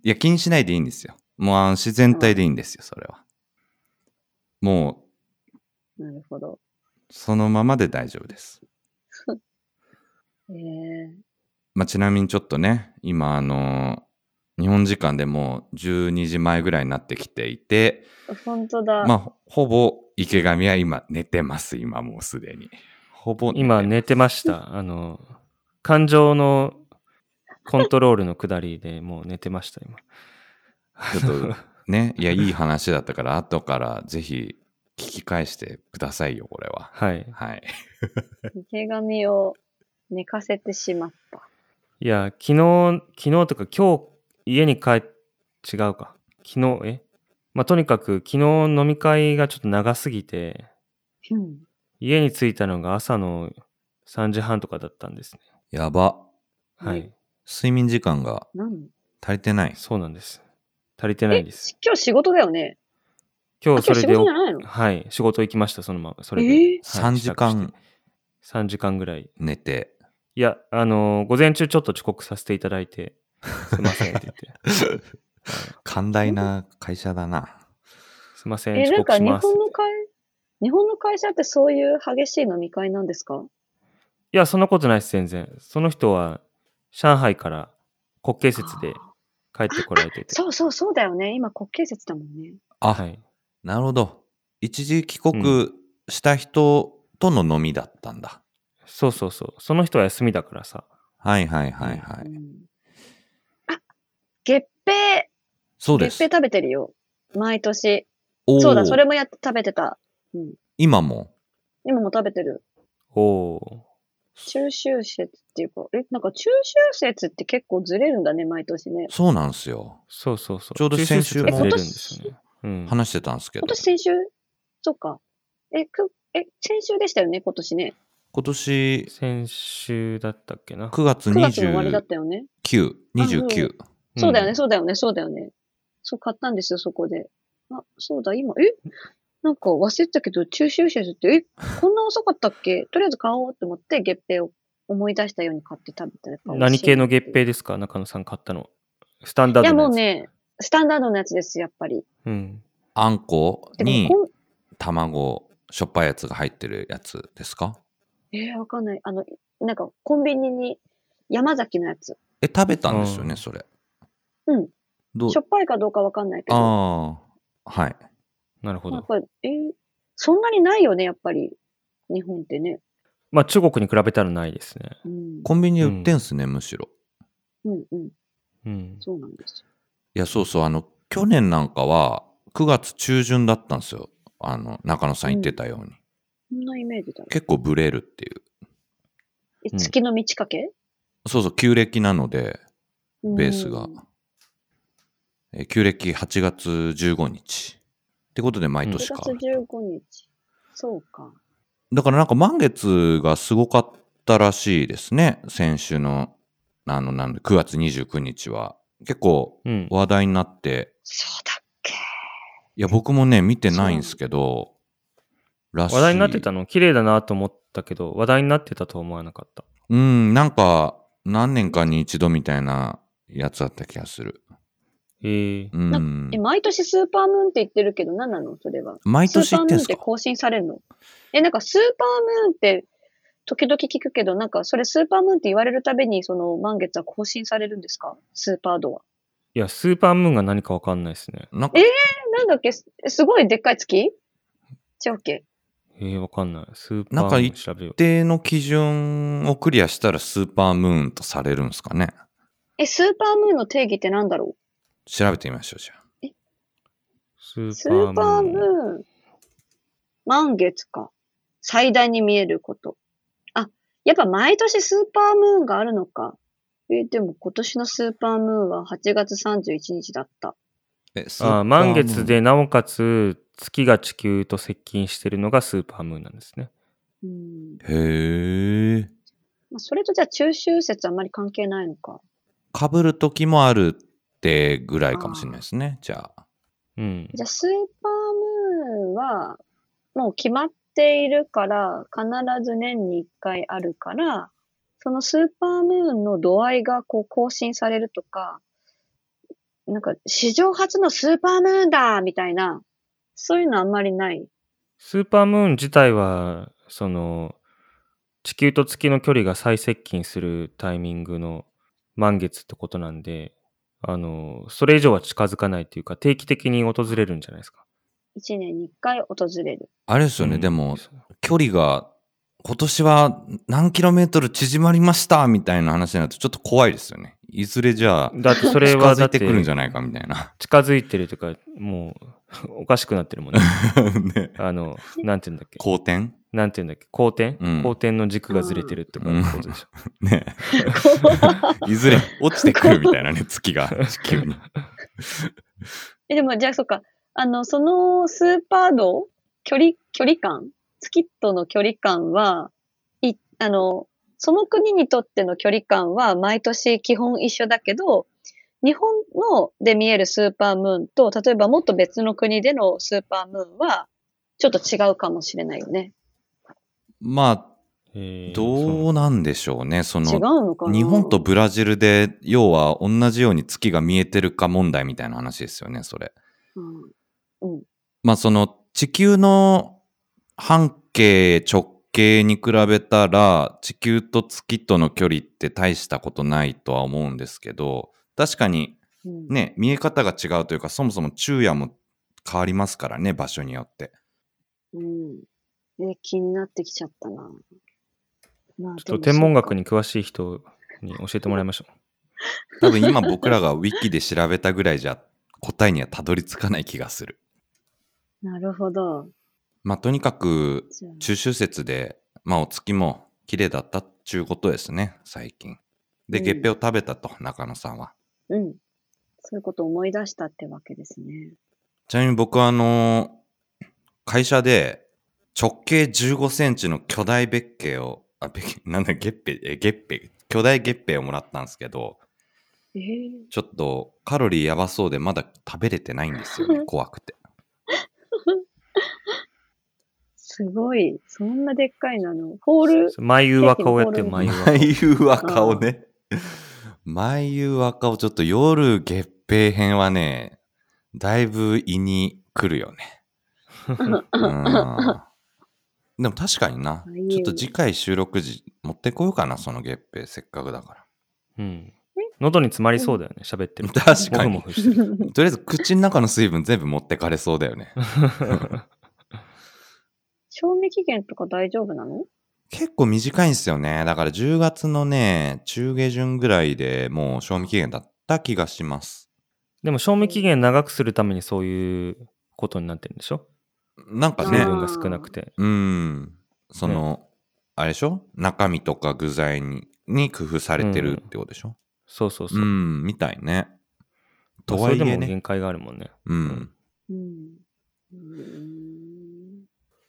Speaker 2: いや、気にしないでいいんですよ。もうあの自然体でいいんですよ、それは。も
Speaker 3: なるほ
Speaker 2: う、
Speaker 3: ど。
Speaker 2: そのままで大丈夫です。
Speaker 3: ええ
Speaker 2: まあ、ちなみにちょっとね、今、あのー日本時間でもう12時前ぐらいになってきていて、
Speaker 3: 本当だ。
Speaker 2: まあ、ほぼ池上は今寝てます、今もうすでに。ほぼて
Speaker 1: 今寝てました。あの、感情のコントロールの下りでもう寝てました、今。
Speaker 2: ちょっとね、いや、いい話だったから、後からぜひ聞き返してくださいよ、これは。
Speaker 1: はい。
Speaker 2: はい。
Speaker 3: 池上を寝かせてしまった。
Speaker 1: いや、昨日、昨日とか今日家に帰っ、違うか。昨日、えまあ、とにかく昨日飲み会がちょっと長すぎて、
Speaker 3: うん。
Speaker 1: 家に着いたのが朝の3時半とかだったんですね。
Speaker 2: やば。
Speaker 1: はい。
Speaker 3: ね
Speaker 2: 睡眠時間が
Speaker 3: 何
Speaker 2: 足りてない。
Speaker 1: そうなんです。足りてない
Speaker 3: え、
Speaker 1: んです。
Speaker 3: し今日仕事だよね。
Speaker 1: 今
Speaker 3: あ
Speaker 1: 日
Speaker 3: 今
Speaker 1: それ
Speaker 3: 日仕
Speaker 1: で
Speaker 3: 事
Speaker 1: お
Speaker 3: じゃ、ないの
Speaker 1: はい、仕事行きました、そのまま。それで。
Speaker 3: えー
Speaker 1: はい
Speaker 2: 3時間。
Speaker 1: 3時間ぐらい。
Speaker 2: 寝て。
Speaker 1: いや、あのー午前中ちょっと遅刻させていただいて、すいませんって言っ て。
Speaker 2: 寛大な会社だな。
Speaker 1: すいません、
Speaker 3: え、
Speaker 1: 遅
Speaker 3: なん
Speaker 1: 刻
Speaker 3: か
Speaker 1: し
Speaker 3: 日
Speaker 1: ますっ
Speaker 3: 本
Speaker 1: て。
Speaker 3: の会、日本の会社ってそういう激しい飲み会なんですか
Speaker 1: いや、そんなことないです、全然。その人は、上海から国慶節で帰ってこられてて。
Speaker 3: そうそうそうだよね。今国慶節だもんね。
Speaker 2: あ、
Speaker 1: はい。
Speaker 2: なるほど。一時帰国した人との飲みだったんだ。
Speaker 1: そうそうそう。その人は休みだからさ。
Speaker 2: はいはいはいは
Speaker 3: う
Speaker 2: い。
Speaker 3: んあ、月餅、
Speaker 2: そうで
Speaker 3: 月餅
Speaker 2: す。
Speaker 3: 食べてるよ。毎年。
Speaker 2: おー
Speaker 3: そうだ、それもやって食べてた。
Speaker 2: 今も。
Speaker 3: 今も食べてる。
Speaker 1: おお
Speaker 3: 中秋節っていうか、え、なんか中秋節って結構ずれるんだね、毎年ね。
Speaker 2: そうなんですよ。
Speaker 1: ー。そうそうそう。
Speaker 2: ちょうど先週も
Speaker 1: 中秋節がずれるんですよね。うん。
Speaker 2: 話してたんですけど
Speaker 3: 今。年先週そっか。え、く、え、先週でしたよね、今年ね。
Speaker 2: 今年
Speaker 1: 先週だったっけな。
Speaker 2: 9月
Speaker 3: 9月の終わりだっ
Speaker 2: 29、
Speaker 3: たよね。
Speaker 2: 29。
Speaker 3: そうだよね、
Speaker 1: ん
Speaker 3: そうだよね、そうだよね。そう、買ったんですよ、そこで。あ、そうだ、今、えなんか忘れてたけど、中秋節って、えこんな遅かったっけとりあえず買おうと思って、月餅を思い出したように買って食べたら。
Speaker 1: 何系の月餅ですか中野さん買ったの。スタンダ
Speaker 3: い
Speaker 1: ー
Speaker 3: や、
Speaker 1: ドの
Speaker 3: も
Speaker 1: やつ。
Speaker 3: うね、スタンダードのやつです、やっぱり。
Speaker 1: うん。
Speaker 2: あんこ
Speaker 3: でも
Speaker 2: に
Speaker 3: こん、
Speaker 2: 卵、しょっぱいやつが入ってるやつですか
Speaker 3: えー、わかんない。あの、なんか、コンビニに、山崎のやつ。
Speaker 2: え、食べたんですよ
Speaker 1: う
Speaker 2: ね、
Speaker 1: ん
Speaker 2: それ。
Speaker 3: うん。
Speaker 2: どう
Speaker 3: しょっぱいかどうかわかんないけど。
Speaker 2: ああ、はい。
Speaker 1: なるほ
Speaker 3: なん
Speaker 1: ど。
Speaker 3: か、えーそんなにないよね、やっぱり。日本ってね。
Speaker 1: まあ中国に比べたらないですね。
Speaker 3: うん。
Speaker 2: コンビニで売ってんすね、むしろ。
Speaker 3: うんうん。
Speaker 1: うん。
Speaker 3: そうなんですよ。
Speaker 2: いや、そうそう、あの、去年なんかは、9月中旬だったんですよ。あの、中野さん言ってたように。
Speaker 3: そんなイメージだ。
Speaker 2: 結構ブレるっていう。
Speaker 3: え
Speaker 1: うん
Speaker 3: 月の満ち欠け、
Speaker 2: そうそう、旧暦なので、ベースが。
Speaker 3: うん
Speaker 2: え旧暦8月15日。ってことで、毎年
Speaker 3: 9
Speaker 2: か。
Speaker 3: 月15日。そうか。
Speaker 2: だからなんか満月がすごかったらしいですね。先週の、あの、なんで、9月29日は。結構
Speaker 1: うん。
Speaker 2: 話題になって、
Speaker 3: そうだっけ。
Speaker 2: いや、僕もね、見てないんですけど、らしい
Speaker 1: 話題になってたの綺麗だなと思ったけど、話題になってたと思わなかった。
Speaker 2: うん、なんか、何年かに一度みたいなやつだった気がする。
Speaker 1: ええ
Speaker 2: う
Speaker 3: なんえ、。毎年スーパームーンって言ってるけど、何なのそれは。
Speaker 2: 毎
Speaker 3: スー
Speaker 2: 年
Speaker 3: パ
Speaker 2: 行っ
Speaker 3: ームー
Speaker 2: て
Speaker 3: ン
Speaker 2: ん
Speaker 3: っ
Speaker 2: す
Speaker 3: て
Speaker 2: か
Speaker 3: 更新されるのえ、なんかスーパームーンって時々聞くけど、なんかそれスーパームーンって言われるたびにその満月は更新されるんですかスーパードは。
Speaker 1: いや、スーパームーンが何かわかんないですね。
Speaker 2: なんか
Speaker 3: ええ、なんだっけすすごいでっかい月違うっけ
Speaker 1: ええわかんない。スーパ
Speaker 2: なん
Speaker 1: ー
Speaker 2: か
Speaker 1: ム
Speaker 2: い
Speaker 1: ーン調べよう
Speaker 2: 一。定の基準をクリアしたらスーパームーンとされるんですかね
Speaker 3: え、スーパームーンの定義ってなんだろ
Speaker 2: 調べてみましょう、じゃあ。
Speaker 1: ス
Speaker 3: うス
Speaker 1: ー
Speaker 3: ー
Speaker 1: パー
Speaker 3: パー
Speaker 1: ムーン。
Speaker 3: ムーン。満月か。最大に見えること。あ、やっぱ毎年スーパームーンがあるのか。えでも今年のスーパームーンは8月31日だった。
Speaker 2: えスーパームー
Speaker 1: あ
Speaker 2: ン
Speaker 1: 満月で、なおかつ、月が地球と接近してるのがスーパームーンなんですね。
Speaker 3: うん。
Speaker 2: へえ。
Speaker 3: まあ、それとじゃあ中秋節あんまり関係ないのか。
Speaker 2: かぶる時もあるってぐらいかもしれないですね。じゃあ。
Speaker 1: うん。
Speaker 3: じゃあスーパームーンはもう決まっているから、必ず年に1回あるから、そのスーパームーンの度合いがこう更新されるとか、なんか、史上初のスーパームーンだみたいな、そういうのあんまりない。
Speaker 1: スーパームーン自体は、その、地球と月の距離が最接近するタイミングの満月ってことなんで、あの、それ以上は近づかないというか、定期的に訪れるんじゃないですか。
Speaker 3: 一年に一回訪れる。
Speaker 2: あれですよね、
Speaker 1: うん
Speaker 2: でも、距離が、今年は何キロメートル縮まりましたみたいな話になるとちょっと怖いですよね。いずれじゃあ、
Speaker 1: だってそれ
Speaker 2: 近
Speaker 1: はだ
Speaker 2: づい
Speaker 1: ってて
Speaker 2: くるんじゃないかみたいな。
Speaker 1: 近づいてるというか、もうおかしくなってる もんね。
Speaker 2: ね、
Speaker 1: あの、なんて言うんだっけ。
Speaker 2: 好転
Speaker 1: なんて言うんだっけ。光点、
Speaker 2: うん
Speaker 1: 光点の軸がずれてるってこ
Speaker 2: うん
Speaker 1: とでしょ。
Speaker 2: ね。いずれ落ちてくるみたいなね、月が地球 に。
Speaker 3: え、でも、じゃあ、そっか。あの、そのスーパー度、距離、距離感、月との距離感は、い、あの、その国にとっての距離感は毎年基本一緒だけど、日本ので見えるスーパームーンと、例えばもっと別の国でのスーパームーンは、ちょっと違うかもしれないよね。
Speaker 2: ま
Speaker 1: え
Speaker 2: あ、
Speaker 1: ー
Speaker 2: どうなんでしょうね、そ
Speaker 3: 違う
Speaker 2: の、
Speaker 3: のかな
Speaker 2: 日本とブラジルで、要は同じように月が見えてるか問題みたいな話ですよね、それ。
Speaker 3: うん
Speaker 2: まあその地球の半径直径に比べたら地球と月との距離って大したことないとは思うんですけど確かに
Speaker 3: うん
Speaker 2: ね見え方が違うというかそもそも昼夜も変わりますからね場所によって
Speaker 3: うん。え、気になってきちゃったな。まあ
Speaker 1: ちょっと天文学。
Speaker 3: でも
Speaker 1: に詳しい人に教えてもらいましょ
Speaker 2: 多分今僕らがウィキで調べたぐらいじゃ答えにはたどり着かない気がする
Speaker 3: そうかなるほど。
Speaker 2: まあとにかく
Speaker 3: じゃあ
Speaker 2: 中秋節で、まあ、お月も綺麗だったっちゅうことですね最近で
Speaker 3: うん
Speaker 2: 月餅を食べたと中野さんは
Speaker 3: うん。そういうことを思い出したってわけですね。
Speaker 2: ちなみに僕はあの会社で直径15センチの巨大別景を、あ、別景なんだ、月餅、え、月餅、巨大月餅をもらったんですけど、
Speaker 3: ええ
Speaker 2: ちょっとカロリーやばそうでまだ食べれてないんですよね、怖くて。
Speaker 3: すごい。そんなでっかいなの。ホール
Speaker 1: う。眉は顔やって
Speaker 3: ぜひ
Speaker 1: 眉は。
Speaker 2: 眉和顔ね。眉和顔、ちょっと夜月餅編はね、だいぶ胃に来るよね。うんでも確かにな
Speaker 3: あいい。よ
Speaker 2: ちょっと次回収録時持ってこようかな、その月餅、せっかくだ か
Speaker 1: うん。喉に詰まりそうだよね、喋ってると。
Speaker 2: 確かに
Speaker 1: もふもふしてる。
Speaker 2: ら。とりあえず口の中の水分全部持ってかれそうだよね。
Speaker 3: 賞味期限とか大丈夫なの
Speaker 2: 結構短いんですよね。だから10月のね、中下旬ぐらいでもう賞味期限だった気がします。
Speaker 1: でも賞味期限長くするためにそういうことになってるんでしょ
Speaker 2: なんか
Speaker 1: 水
Speaker 2: ね、
Speaker 1: 分が少なくて。
Speaker 2: うん。その、あれでしょ中身とか具材にに工夫されてるってことでしょ、
Speaker 1: そうそうそうう。
Speaker 2: ん、
Speaker 1: ま
Speaker 2: みたいね。
Speaker 1: あ
Speaker 2: とはい
Speaker 1: それで
Speaker 2: え
Speaker 1: も限
Speaker 2: ね。
Speaker 1: 界があるもんね。
Speaker 2: うん。
Speaker 3: うん。うーん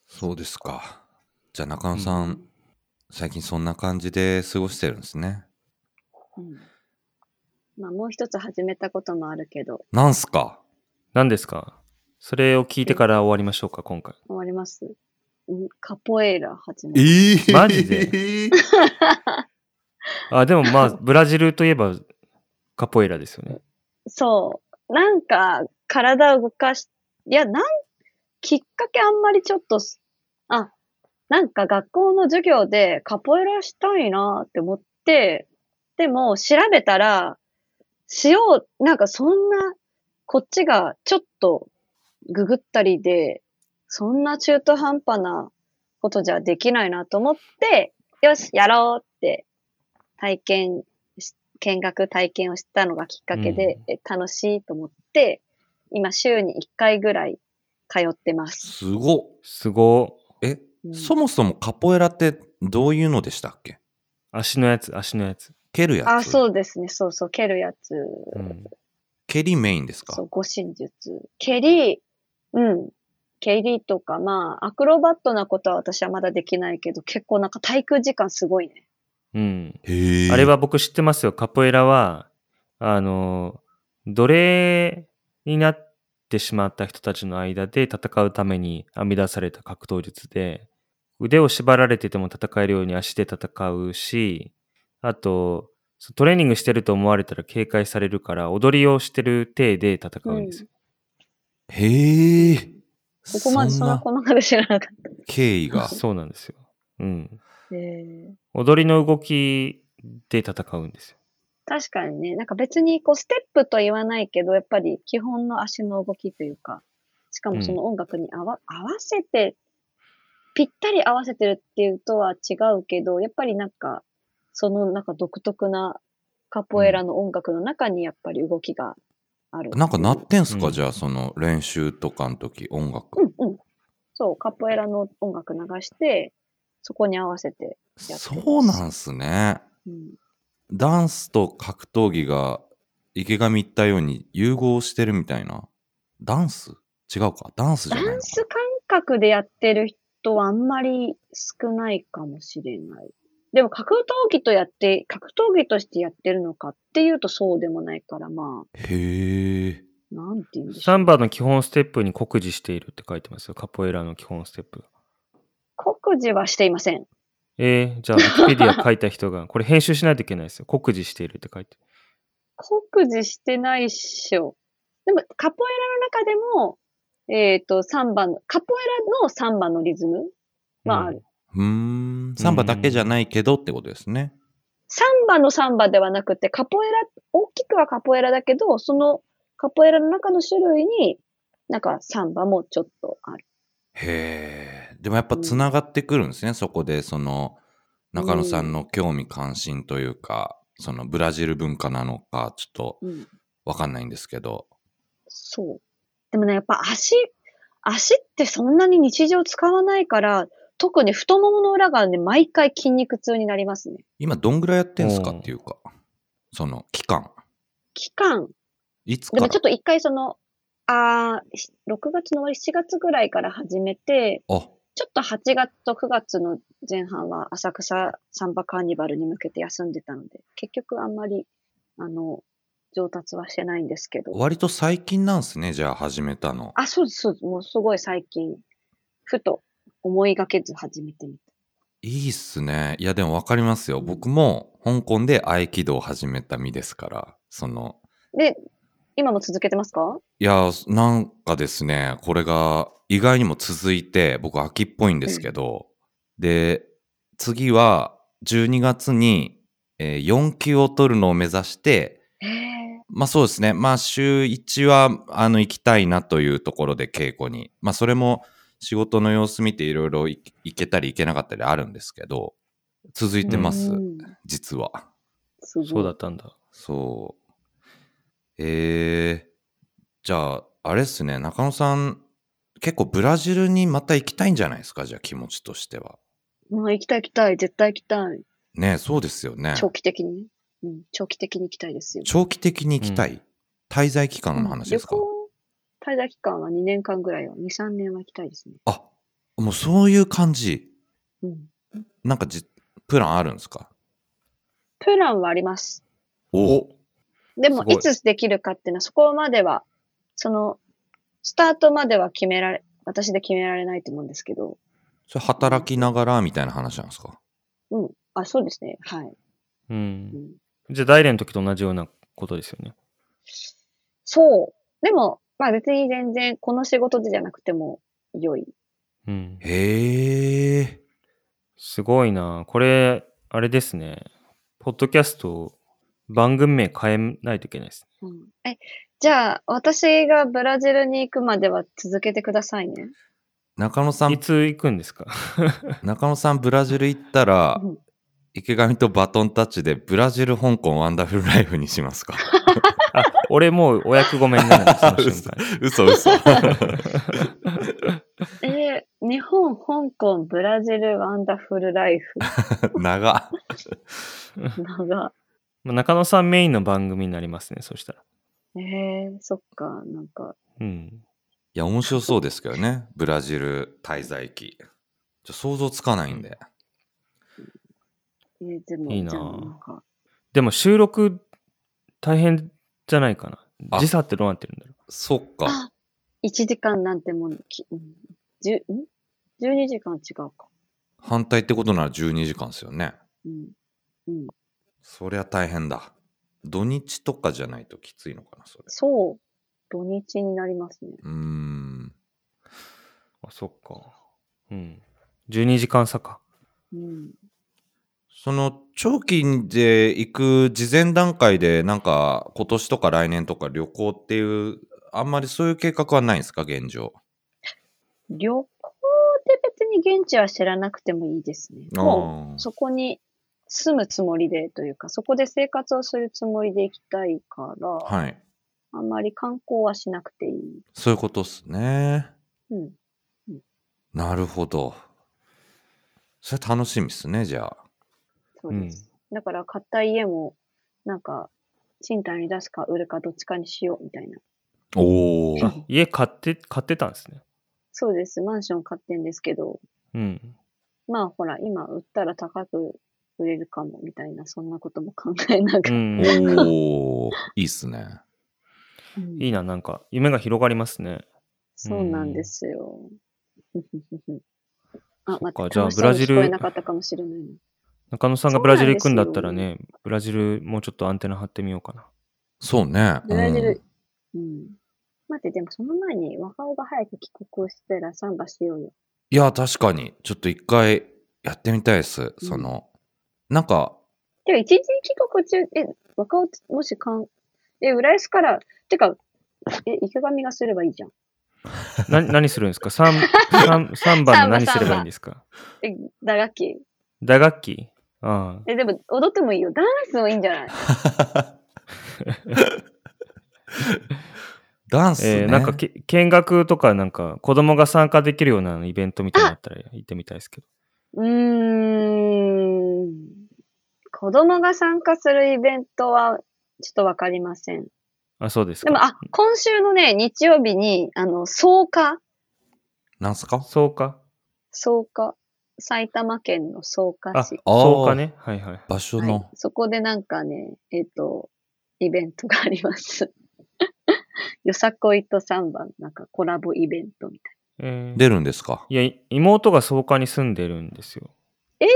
Speaker 2: そうですか。じゃあ中野さん、最近そんな感じで過ごしてるんですね。
Speaker 3: うんまあ、もう一つ始めたこともあるけど、
Speaker 2: なんすか
Speaker 1: 何ですかそれを聞いてから終わりましょうか、今回。
Speaker 3: 終わります。うんカポエイラ始めた。
Speaker 2: ええ
Speaker 1: マジであ、でもまあ、ブラジルといえばカポエイラですよね。
Speaker 3: そう。なんか、体を動かし、いや、なん、きっかけあんまりちょっとす、あ、なんか学校の授業でカポエラしたいなって思って、でも調べたら、しよう、なんかそんな、こっちがちょっとググったりで、そんな中途半端なことじゃできないなと思って、よし、やろうって体験し、見学体験をしたのがきっかけで、え楽しいと思って、今週に1回ぐらい通ってます。
Speaker 2: すごっ
Speaker 1: すご
Speaker 2: え、
Speaker 3: うん
Speaker 2: そもそもカポエラってどういうのでしたっけ
Speaker 1: い。足のやつ、足のやつ。
Speaker 2: 蹴るやつ
Speaker 3: あ、
Speaker 2: う。
Speaker 3: そうですね。そうそう。蹴るやつ。
Speaker 1: うん。
Speaker 2: 蹴りメインですか
Speaker 3: そう、護身術。蹴り、うん。蹴りとか、まあ、アクロバットなことは私はまだできないけど、結構なんか滞空時間すごいね。
Speaker 1: うん。
Speaker 2: へえ。
Speaker 1: あれは僕知ってますよ。カポエラは、あの、奴隷になってしまった人たちの間で戦うために編み出された格闘術で、腕を縛られてても戦えるように足で戦うし、あと、そうトレーニングしてると思われたら警戒されるから、踊りをしてる体で戦うんですよ。
Speaker 2: へえ。
Speaker 3: ここまでそ
Speaker 2: そん
Speaker 3: んな
Speaker 2: な
Speaker 3: このまで知らなかっ
Speaker 2: 経緯が。
Speaker 1: そうなんですよ。うん。
Speaker 3: た。えー
Speaker 1: 踊りの動きで戦うんですよ。
Speaker 3: 確かにね、なんか別にこうステップとは言わないけど、やっぱり基本の足の動きというか、しかもその音楽に合わ,、合わせて、ぴったり合わせてるっていうとは違うけど、やっぱりなんか、そのなんか独特なカポエラの音楽の中にやっぱり動きがある。
Speaker 2: なんかなってんすか、
Speaker 1: うん
Speaker 2: じゃあその練習とかの時音楽。
Speaker 3: うんうん。そう、カポエラの音楽流して、そこに合わせて。ます
Speaker 2: そうなんすね。
Speaker 3: うん、
Speaker 2: ダンスと格闘技が池上言ったように融合してるみたいな。ダンス違うかダンスじゃ
Speaker 3: ダ
Speaker 2: ないのか
Speaker 3: ンス感覚でやってる人はあんまり少ないかもしれない。でも格闘技とやって、格闘技としてやってるのかっていうとそうでもないから、ま
Speaker 2: へえ。
Speaker 3: あ、なんて言うんでしょ
Speaker 1: サ
Speaker 3: う。
Speaker 1: ンバの基本ステップに酷似しているって書いてますよ。カポエラの基本ステップ。
Speaker 3: 告示はしていません。
Speaker 1: えー、じゃあ、ウィキペディア書いた人 が、これ編集しないといけないですよ。酷似しているって書いて。
Speaker 3: 告示してないっしょ。でも、カポエラの中でも、えっ、と、サンバの、カポエラのサンバのリズムはある。
Speaker 2: うーん。サンバだけじゃないけどってことですね。
Speaker 3: サンバのサンバではなくて、カポエラ、大きくはカポエラだけど、そのカポエラの中の種類に、なんかサンバもちょっとある。
Speaker 2: へえ。でもやっぱつながってくるんですね、そこでその中野さんの興味関心というか、そのブラジル文化なのかちょっと
Speaker 3: うん。
Speaker 2: わかんないんですけど。
Speaker 3: そう。でもね、やっぱ足、足ってそんなに日常使わないから、特に太ももの裏がね、毎回筋肉痛になりますね。
Speaker 2: 今どんぐらいやってんすか
Speaker 1: うん
Speaker 2: っていうか、その期間。
Speaker 3: 期間。
Speaker 2: いつか
Speaker 3: でも
Speaker 2: ら
Speaker 3: ちょっと一回その、あーし6月の終わり、7月ぐらいから始めて、
Speaker 2: あ、
Speaker 3: ちょっと8月と9月の前半は浅草サンバカーニバルに向けて休んでたので、結局あんまり、あの、上達はしてないんですけど。
Speaker 2: 割と最近なんすね、じゃあ始めたの。
Speaker 3: あ、そうです、そうです。もうすごい最近、ふと思いがけず始めてみた。
Speaker 2: いいっすね。いや、でもわかりますよ。僕も香港で合気道を始めた身ですから、その、
Speaker 3: で、今も続けてますか
Speaker 2: いや、なんかですね、これが意外にも続いて、僕秋っぽいんですけど、で、次は12月に、えー4級を取るのを目指して、
Speaker 3: へえ。
Speaker 2: まあそうですね、まあ週1は、あの、行きたいなというところで稽古に。まあそれも仕事の様子見ていろいろ行行けたり行けなかったりあるんですけど、続いてます、
Speaker 3: うん
Speaker 2: 実は。
Speaker 3: すごい。
Speaker 1: そうだったんだ。
Speaker 2: そう。えー、じゃあ、あれっすね、中野さん、結構ブラジルにまた行きたいんじゃないですか、じゃあ気持ちとしては。
Speaker 3: まあ、行きたい行きたい。絶対行きたい。
Speaker 2: ねえそうですよね。
Speaker 3: 長期的にね。うん。長期的に行きたいですよ。
Speaker 2: 長期的に行きたい、
Speaker 1: う
Speaker 2: 滞在期間の話ですか、
Speaker 3: 旅行滞在期間は2年間ぐらいは、2、3年は行きたいですね。
Speaker 2: あ、もうそういう感じ。
Speaker 3: うん。
Speaker 2: なんかじ、プランあるんですか
Speaker 3: プランはあります。
Speaker 2: おお
Speaker 3: でも
Speaker 1: す、ごい
Speaker 3: いつできるかっていうのは、そこまでは、その、スタートまでは決められ、私で決められないと思うんですけど、
Speaker 2: それ働きながらみたいな話なんですか
Speaker 3: うん。あ、そうですね。はい。
Speaker 1: う。
Speaker 3: うんん、
Speaker 1: じゃあ、大連の時と同じようなことですよね。
Speaker 3: そう。でも、まあ別に全然、この仕事でじゃなくても良い。
Speaker 1: うん。
Speaker 2: へえ。
Speaker 1: すごいな。これ、あれですね。ポッドキャスト、番組名変えないといけないです。
Speaker 3: うん、え、じゃあ、私がブラジルに行くまでは続けてくださいね。
Speaker 2: 中野さ
Speaker 1: い
Speaker 2: ん、
Speaker 1: つ行くんですか
Speaker 2: 中野さんブラジル行ったら、
Speaker 3: うん
Speaker 2: 池上とバトンタッチでブラジル香港ワンダフルライフにし ますか
Speaker 1: あ、俺もうお役ごめんなの、その瞬間。
Speaker 2: 嘘嘘
Speaker 3: えー日本、香港、ブラジル、ワンダフルライフ。
Speaker 2: 長
Speaker 3: 長。
Speaker 1: まあ中野さんメインの番組になりますね、そしたら。
Speaker 3: えー、そっか、なんか、
Speaker 1: うん。
Speaker 2: いや面白そうですけどねブラジル滞在期ちょ想像つかないんで
Speaker 3: えーでも、
Speaker 1: いいな
Speaker 3: じゃあなんか、
Speaker 1: でも収録、大変じゃないかな。
Speaker 2: あ
Speaker 1: 時差ってどうなってるんだろ
Speaker 2: そっか
Speaker 3: あ、1時間なんてもん、きうんじゅん ?12 時間違うか。
Speaker 2: 反対ってことなら12時間ですよね
Speaker 3: うん。うん。
Speaker 2: そりゃ大変だ。土日とかじゃないときついのかな、それ。
Speaker 3: そう。土日になりますね。
Speaker 2: うーん。
Speaker 1: あ、そっか。うん。12時間差か。
Speaker 3: うん。
Speaker 2: その長期で行く事前段階でなんか今年とか来年とか旅行っていうあんまりそういう計画はないんですか現状
Speaker 3: 旅行で別に現地は知らなくてもいいですね。も
Speaker 2: あ
Speaker 3: う、
Speaker 2: ー
Speaker 3: そこに住むつもりでというか、そこで生活をするつもりで行きたいから、
Speaker 2: はい
Speaker 3: あんまり観光はしなくていい。
Speaker 2: そういうことっすね
Speaker 3: うん。
Speaker 2: なるほどそれ楽しみっすねじゃあ
Speaker 3: そうです。だから買った家も、なんか、賃貸に出すか売るかどっちかにしようみたいな。
Speaker 2: おお
Speaker 1: 家買って、買ってたんですね。
Speaker 3: そうです。マンション買ってんですけど、
Speaker 1: うん。
Speaker 3: まあほら、今売ったら高く売れるかもみたいな、そんなことも考えな
Speaker 1: う
Speaker 3: がら。
Speaker 1: ん。
Speaker 2: おーいいっすね
Speaker 3: うん
Speaker 1: いいな、なんか、夢が広がりますね。
Speaker 3: そうなんですよ。あ、
Speaker 1: そ
Speaker 3: 待っ
Speaker 1: っか
Speaker 3: て、
Speaker 1: じゃあ
Speaker 3: 楽しそうに
Speaker 1: ブラジル
Speaker 3: 聞こえなかったかもしれないな。
Speaker 1: 中野さんが
Speaker 3: そうなん
Speaker 1: ブラジル行くんだったら
Speaker 3: で
Speaker 1: ね、ブラジルもうちょっとアンテナ張ってみようかな。
Speaker 2: そうね
Speaker 3: ブラジ
Speaker 2: うん
Speaker 3: ル、うん。待って、でもその前に若尾が早く帰国したらサンバしようよ。
Speaker 2: いや確かにちょっと一回やってみたいですその、なんか
Speaker 3: てか、一時帰国中、え、若尾ってもしかん、え、浦安から、てか、え、池上がすればいいじゃん。
Speaker 1: な 何するんですか 3, 三三番の何すればいいんですか
Speaker 3: え、打楽器。
Speaker 1: 打楽器あ
Speaker 3: え、でも踊ってもいいよ。ダンスもいいんじゃない
Speaker 2: ダン
Speaker 1: あ。
Speaker 2: スね、
Speaker 1: えーなんかけ見学とかなんか子供が参加できるようなイベントみたいなのあったら行ってみたいですけど。
Speaker 3: うーん。子供が参加するイベントは、ちょっとわかりません。
Speaker 1: あ、そうです
Speaker 3: で
Speaker 1: か。
Speaker 3: も、あ、今週のね、日曜日に、あの、草加
Speaker 2: なんすか
Speaker 1: そうか。
Speaker 3: 草加埼玉県の草加
Speaker 1: あ、
Speaker 3: 市。
Speaker 2: あー
Speaker 1: そうかね。はいはい。
Speaker 2: 場所
Speaker 3: は
Speaker 2: の、
Speaker 3: い、そこでなんかね、えっ、と、イベントがあります。 よさこいと3番、なんかコラボイベントみたい
Speaker 1: えー
Speaker 2: 出るんです か
Speaker 1: いや、い妹が草加に住んでるんですよ。
Speaker 3: な。え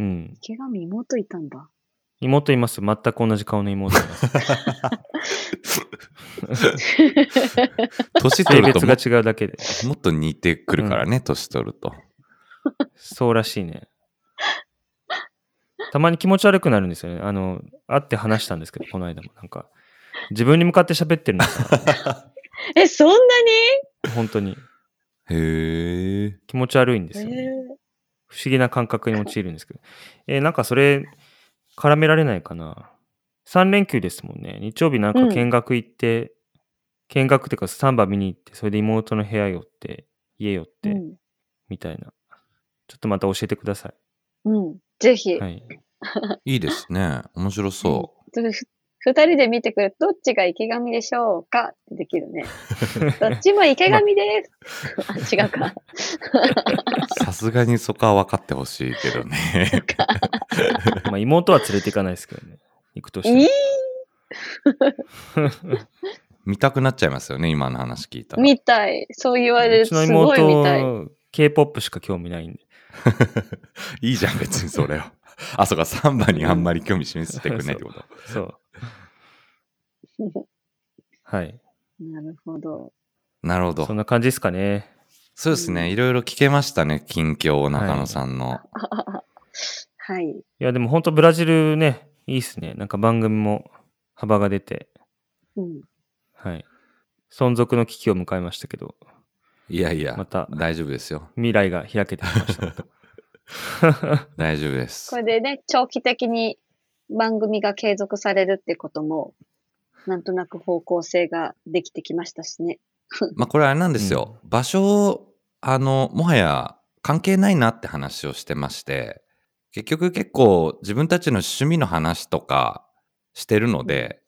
Speaker 3: ー、
Speaker 1: うん。
Speaker 3: 池上妹いたんだ。
Speaker 1: 妹います。全く同じ顔の 妹います。
Speaker 2: 年取
Speaker 1: 性
Speaker 2: ると
Speaker 1: 別
Speaker 2: も
Speaker 1: が違うだけで。
Speaker 2: もっと似てくるからね、年取ると。
Speaker 1: そうらしいね。たまに気持ち悪くなるんですよね。あの、会って話したんですけど、この間も。なんか、自分に向かって喋ってるんですよ。
Speaker 3: え、そんな
Speaker 1: 本当に。
Speaker 2: へえ。
Speaker 1: 気持ち悪いんですよ
Speaker 3: に、
Speaker 1: ね、
Speaker 3: え
Speaker 1: 不思議な感覚に陥るんですけど。えーなんかそれ、絡められないかな。3連休ですもんね。日曜日なんか見学行って、見学っていうかスタンバ見に行って、それで妹の部屋寄って、家寄って、
Speaker 3: ー
Speaker 1: みたいな。ちょっとまた教えてくださ
Speaker 3: うん。うん。ぜひ、
Speaker 1: い。はい。
Speaker 2: いいですね。面白そ
Speaker 3: ふ二人で見てくれ、どっちが池上でしょうかってできる ね。どっちも池上です。あ、違うか。
Speaker 2: う。さすがにそこは分かってほしいけ どね。
Speaker 1: まあ妹は連れて行かないですけどね。行くとしても
Speaker 3: いい
Speaker 2: 見たくなっちゃいますよね、今の話聞いたら。
Speaker 3: みたい。そう言わ
Speaker 1: う
Speaker 3: れる
Speaker 1: ち
Speaker 3: と
Speaker 1: の
Speaker 3: すごいみたい。
Speaker 1: 妹、K-POP しか興味ないんで。
Speaker 2: いいじゃん、別にそれを。あ、そうか、3番にあんまり興味示してくれないってこと。
Speaker 1: そう。はい。
Speaker 3: なるほど。
Speaker 2: なるほど
Speaker 1: そん。な感じですかね。
Speaker 2: そうですね。いろいろ聞けましたね、近況を中野さんの。
Speaker 3: はい。
Speaker 1: いや、でも本当ブラジルね、いいっすね。なんか番組も幅が出て、
Speaker 3: うん。
Speaker 1: はい。存続の危機を迎えましたけど、
Speaker 2: い、やいや、
Speaker 1: また
Speaker 2: 大丈夫ですよ。
Speaker 1: 未来が開けてきました。
Speaker 2: 大丈夫です
Speaker 3: こ。れでね、長期的に番組が継続されるってことも、なんとなく方向性ができてきましたしね。
Speaker 2: まあこれあれなんですよ、場所をあのもはや関係ないなって話をしてまして結局結構自分たちの趣味の話とかしてるので、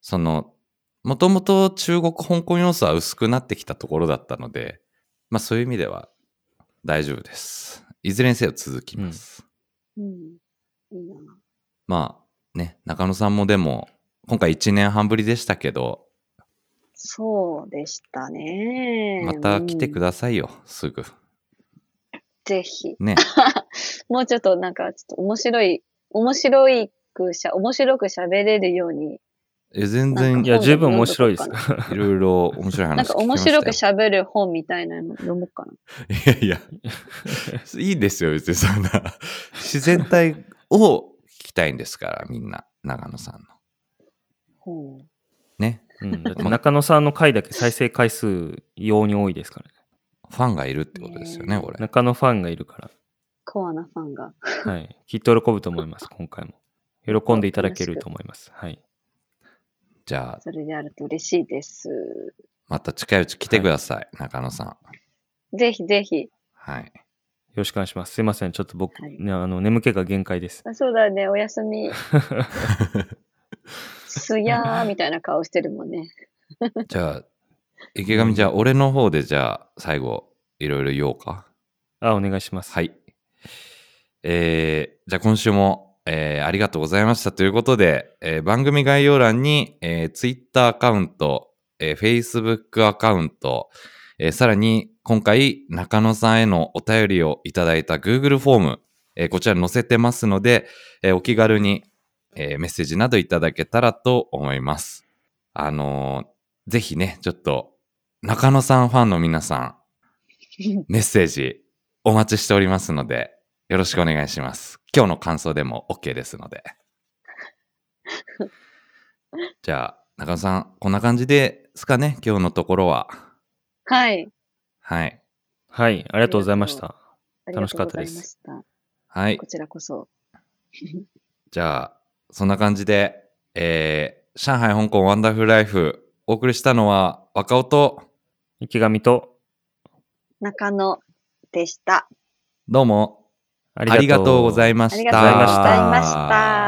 Speaker 2: そのもともと中国香港要素は薄くなってきたところだったのでまあそういう意味では大丈夫ですいずれにせよ続きます、
Speaker 3: うん。いいな。
Speaker 2: まあね中野さんもでも今回1年半ぶりでしたけど
Speaker 3: そうでしたね。
Speaker 2: また来てく
Speaker 3: だ
Speaker 2: ださいよ、すぐ
Speaker 3: さい。ぜひ。
Speaker 2: ね
Speaker 3: もうちょっとなんか、ちょっと面白い面白いくしゃ、面白く喋れるように、
Speaker 2: え、全然
Speaker 1: いや、十分面白いです。
Speaker 2: いろいろ面白い話
Speaker 3: なんか面白く
Speaker 2: ゃ
Speaker 3: 喋る本みたいなの読もうかな。
Speaker 2: いやい や、いいですよ、別にそんな。自然体を聞きたいんですから、みんな、長野さんの。
Speaker 3: ほう
Speaker 2: ね。
Speaker 1: うん、 だって中野さんの回だけ再生回数異様に多いですからね。
Speaker 2: ファンがいるってことですよね、これ。
Speaker 1: 中野ファンがいるか
Speaker 3: コアなファンが。
Speaker 1: ら。はい。きっと喜ぶと思います、今回も。喜んでいただけると思います。はい。
Speaker 2: じゃあ、
Speaker 3: それであると嬉しいです。
Speaker 2: また近いうち来てください、中野さん。
Speaker 3: ぜひぜひ。
Speaker 2: はい。
Speaker 1: よろしくお願いします。すいません。ちょっと僕、
Speaker 3: はい
Speaker 1: ね、あの、眠気が限界です。
Speaker 3: あそうだね、お 休み。すやーみたいな顔してるもんね。
Speaker 2: じゃあ、池上、じゃあ、俺の方で、じゃあ、最後、いろいろ言おうか。
Speaker 1: あ、お願いします。。
Speaker 2: はいい。えーじゃあ今週も、えーありがとうございましたということで、えー番組概要欄に、えー、Twitter アカウント、えー Facebook アカウント、えーさらに今回中野さんへのお便りをいただいた Google フォーム、えーこちら載せてますので、えーお気軽に、えーメッセージなどいただけたらと思います。あのーぜひね、ちょっと中野さんファンの皆さん、メッセージお待ちしておりますので、よろしくお願いします。今日の感想でも OK ですので。じゃあ、中野さん、こんな感じですかね、今日のところは。
Speaker 3: はい。
Speaker 2: はい。
Speaker 1: はい。ありがとうございました。
Speaker 3: ありが
Speaker 1: 楽し
Speaker 3: と
Speaker 1: か
Speaker 3: う
Speaker 1: っ
Speaker 3: ご
Speaker 1: た
Speaker 3: ざい
Speaker 1: で
Speaker 3: ますした。
Speaker 2: はい
Speaker 3: こ。ちらこそ。
Speaker 2: じゃあ、そんな感じで、えー、上海、香港、ワンダフルライフ、お送りしたのは、若尾と、
Speaker 1: 池上と、
Speaker 3: 中野でした。
Speaker 2: どうも、ありがとうございま
Speaker 3: あり
Speaker 2: し
Speaker 3: が
Speaker 2: た。
Speaker 3: とうございました。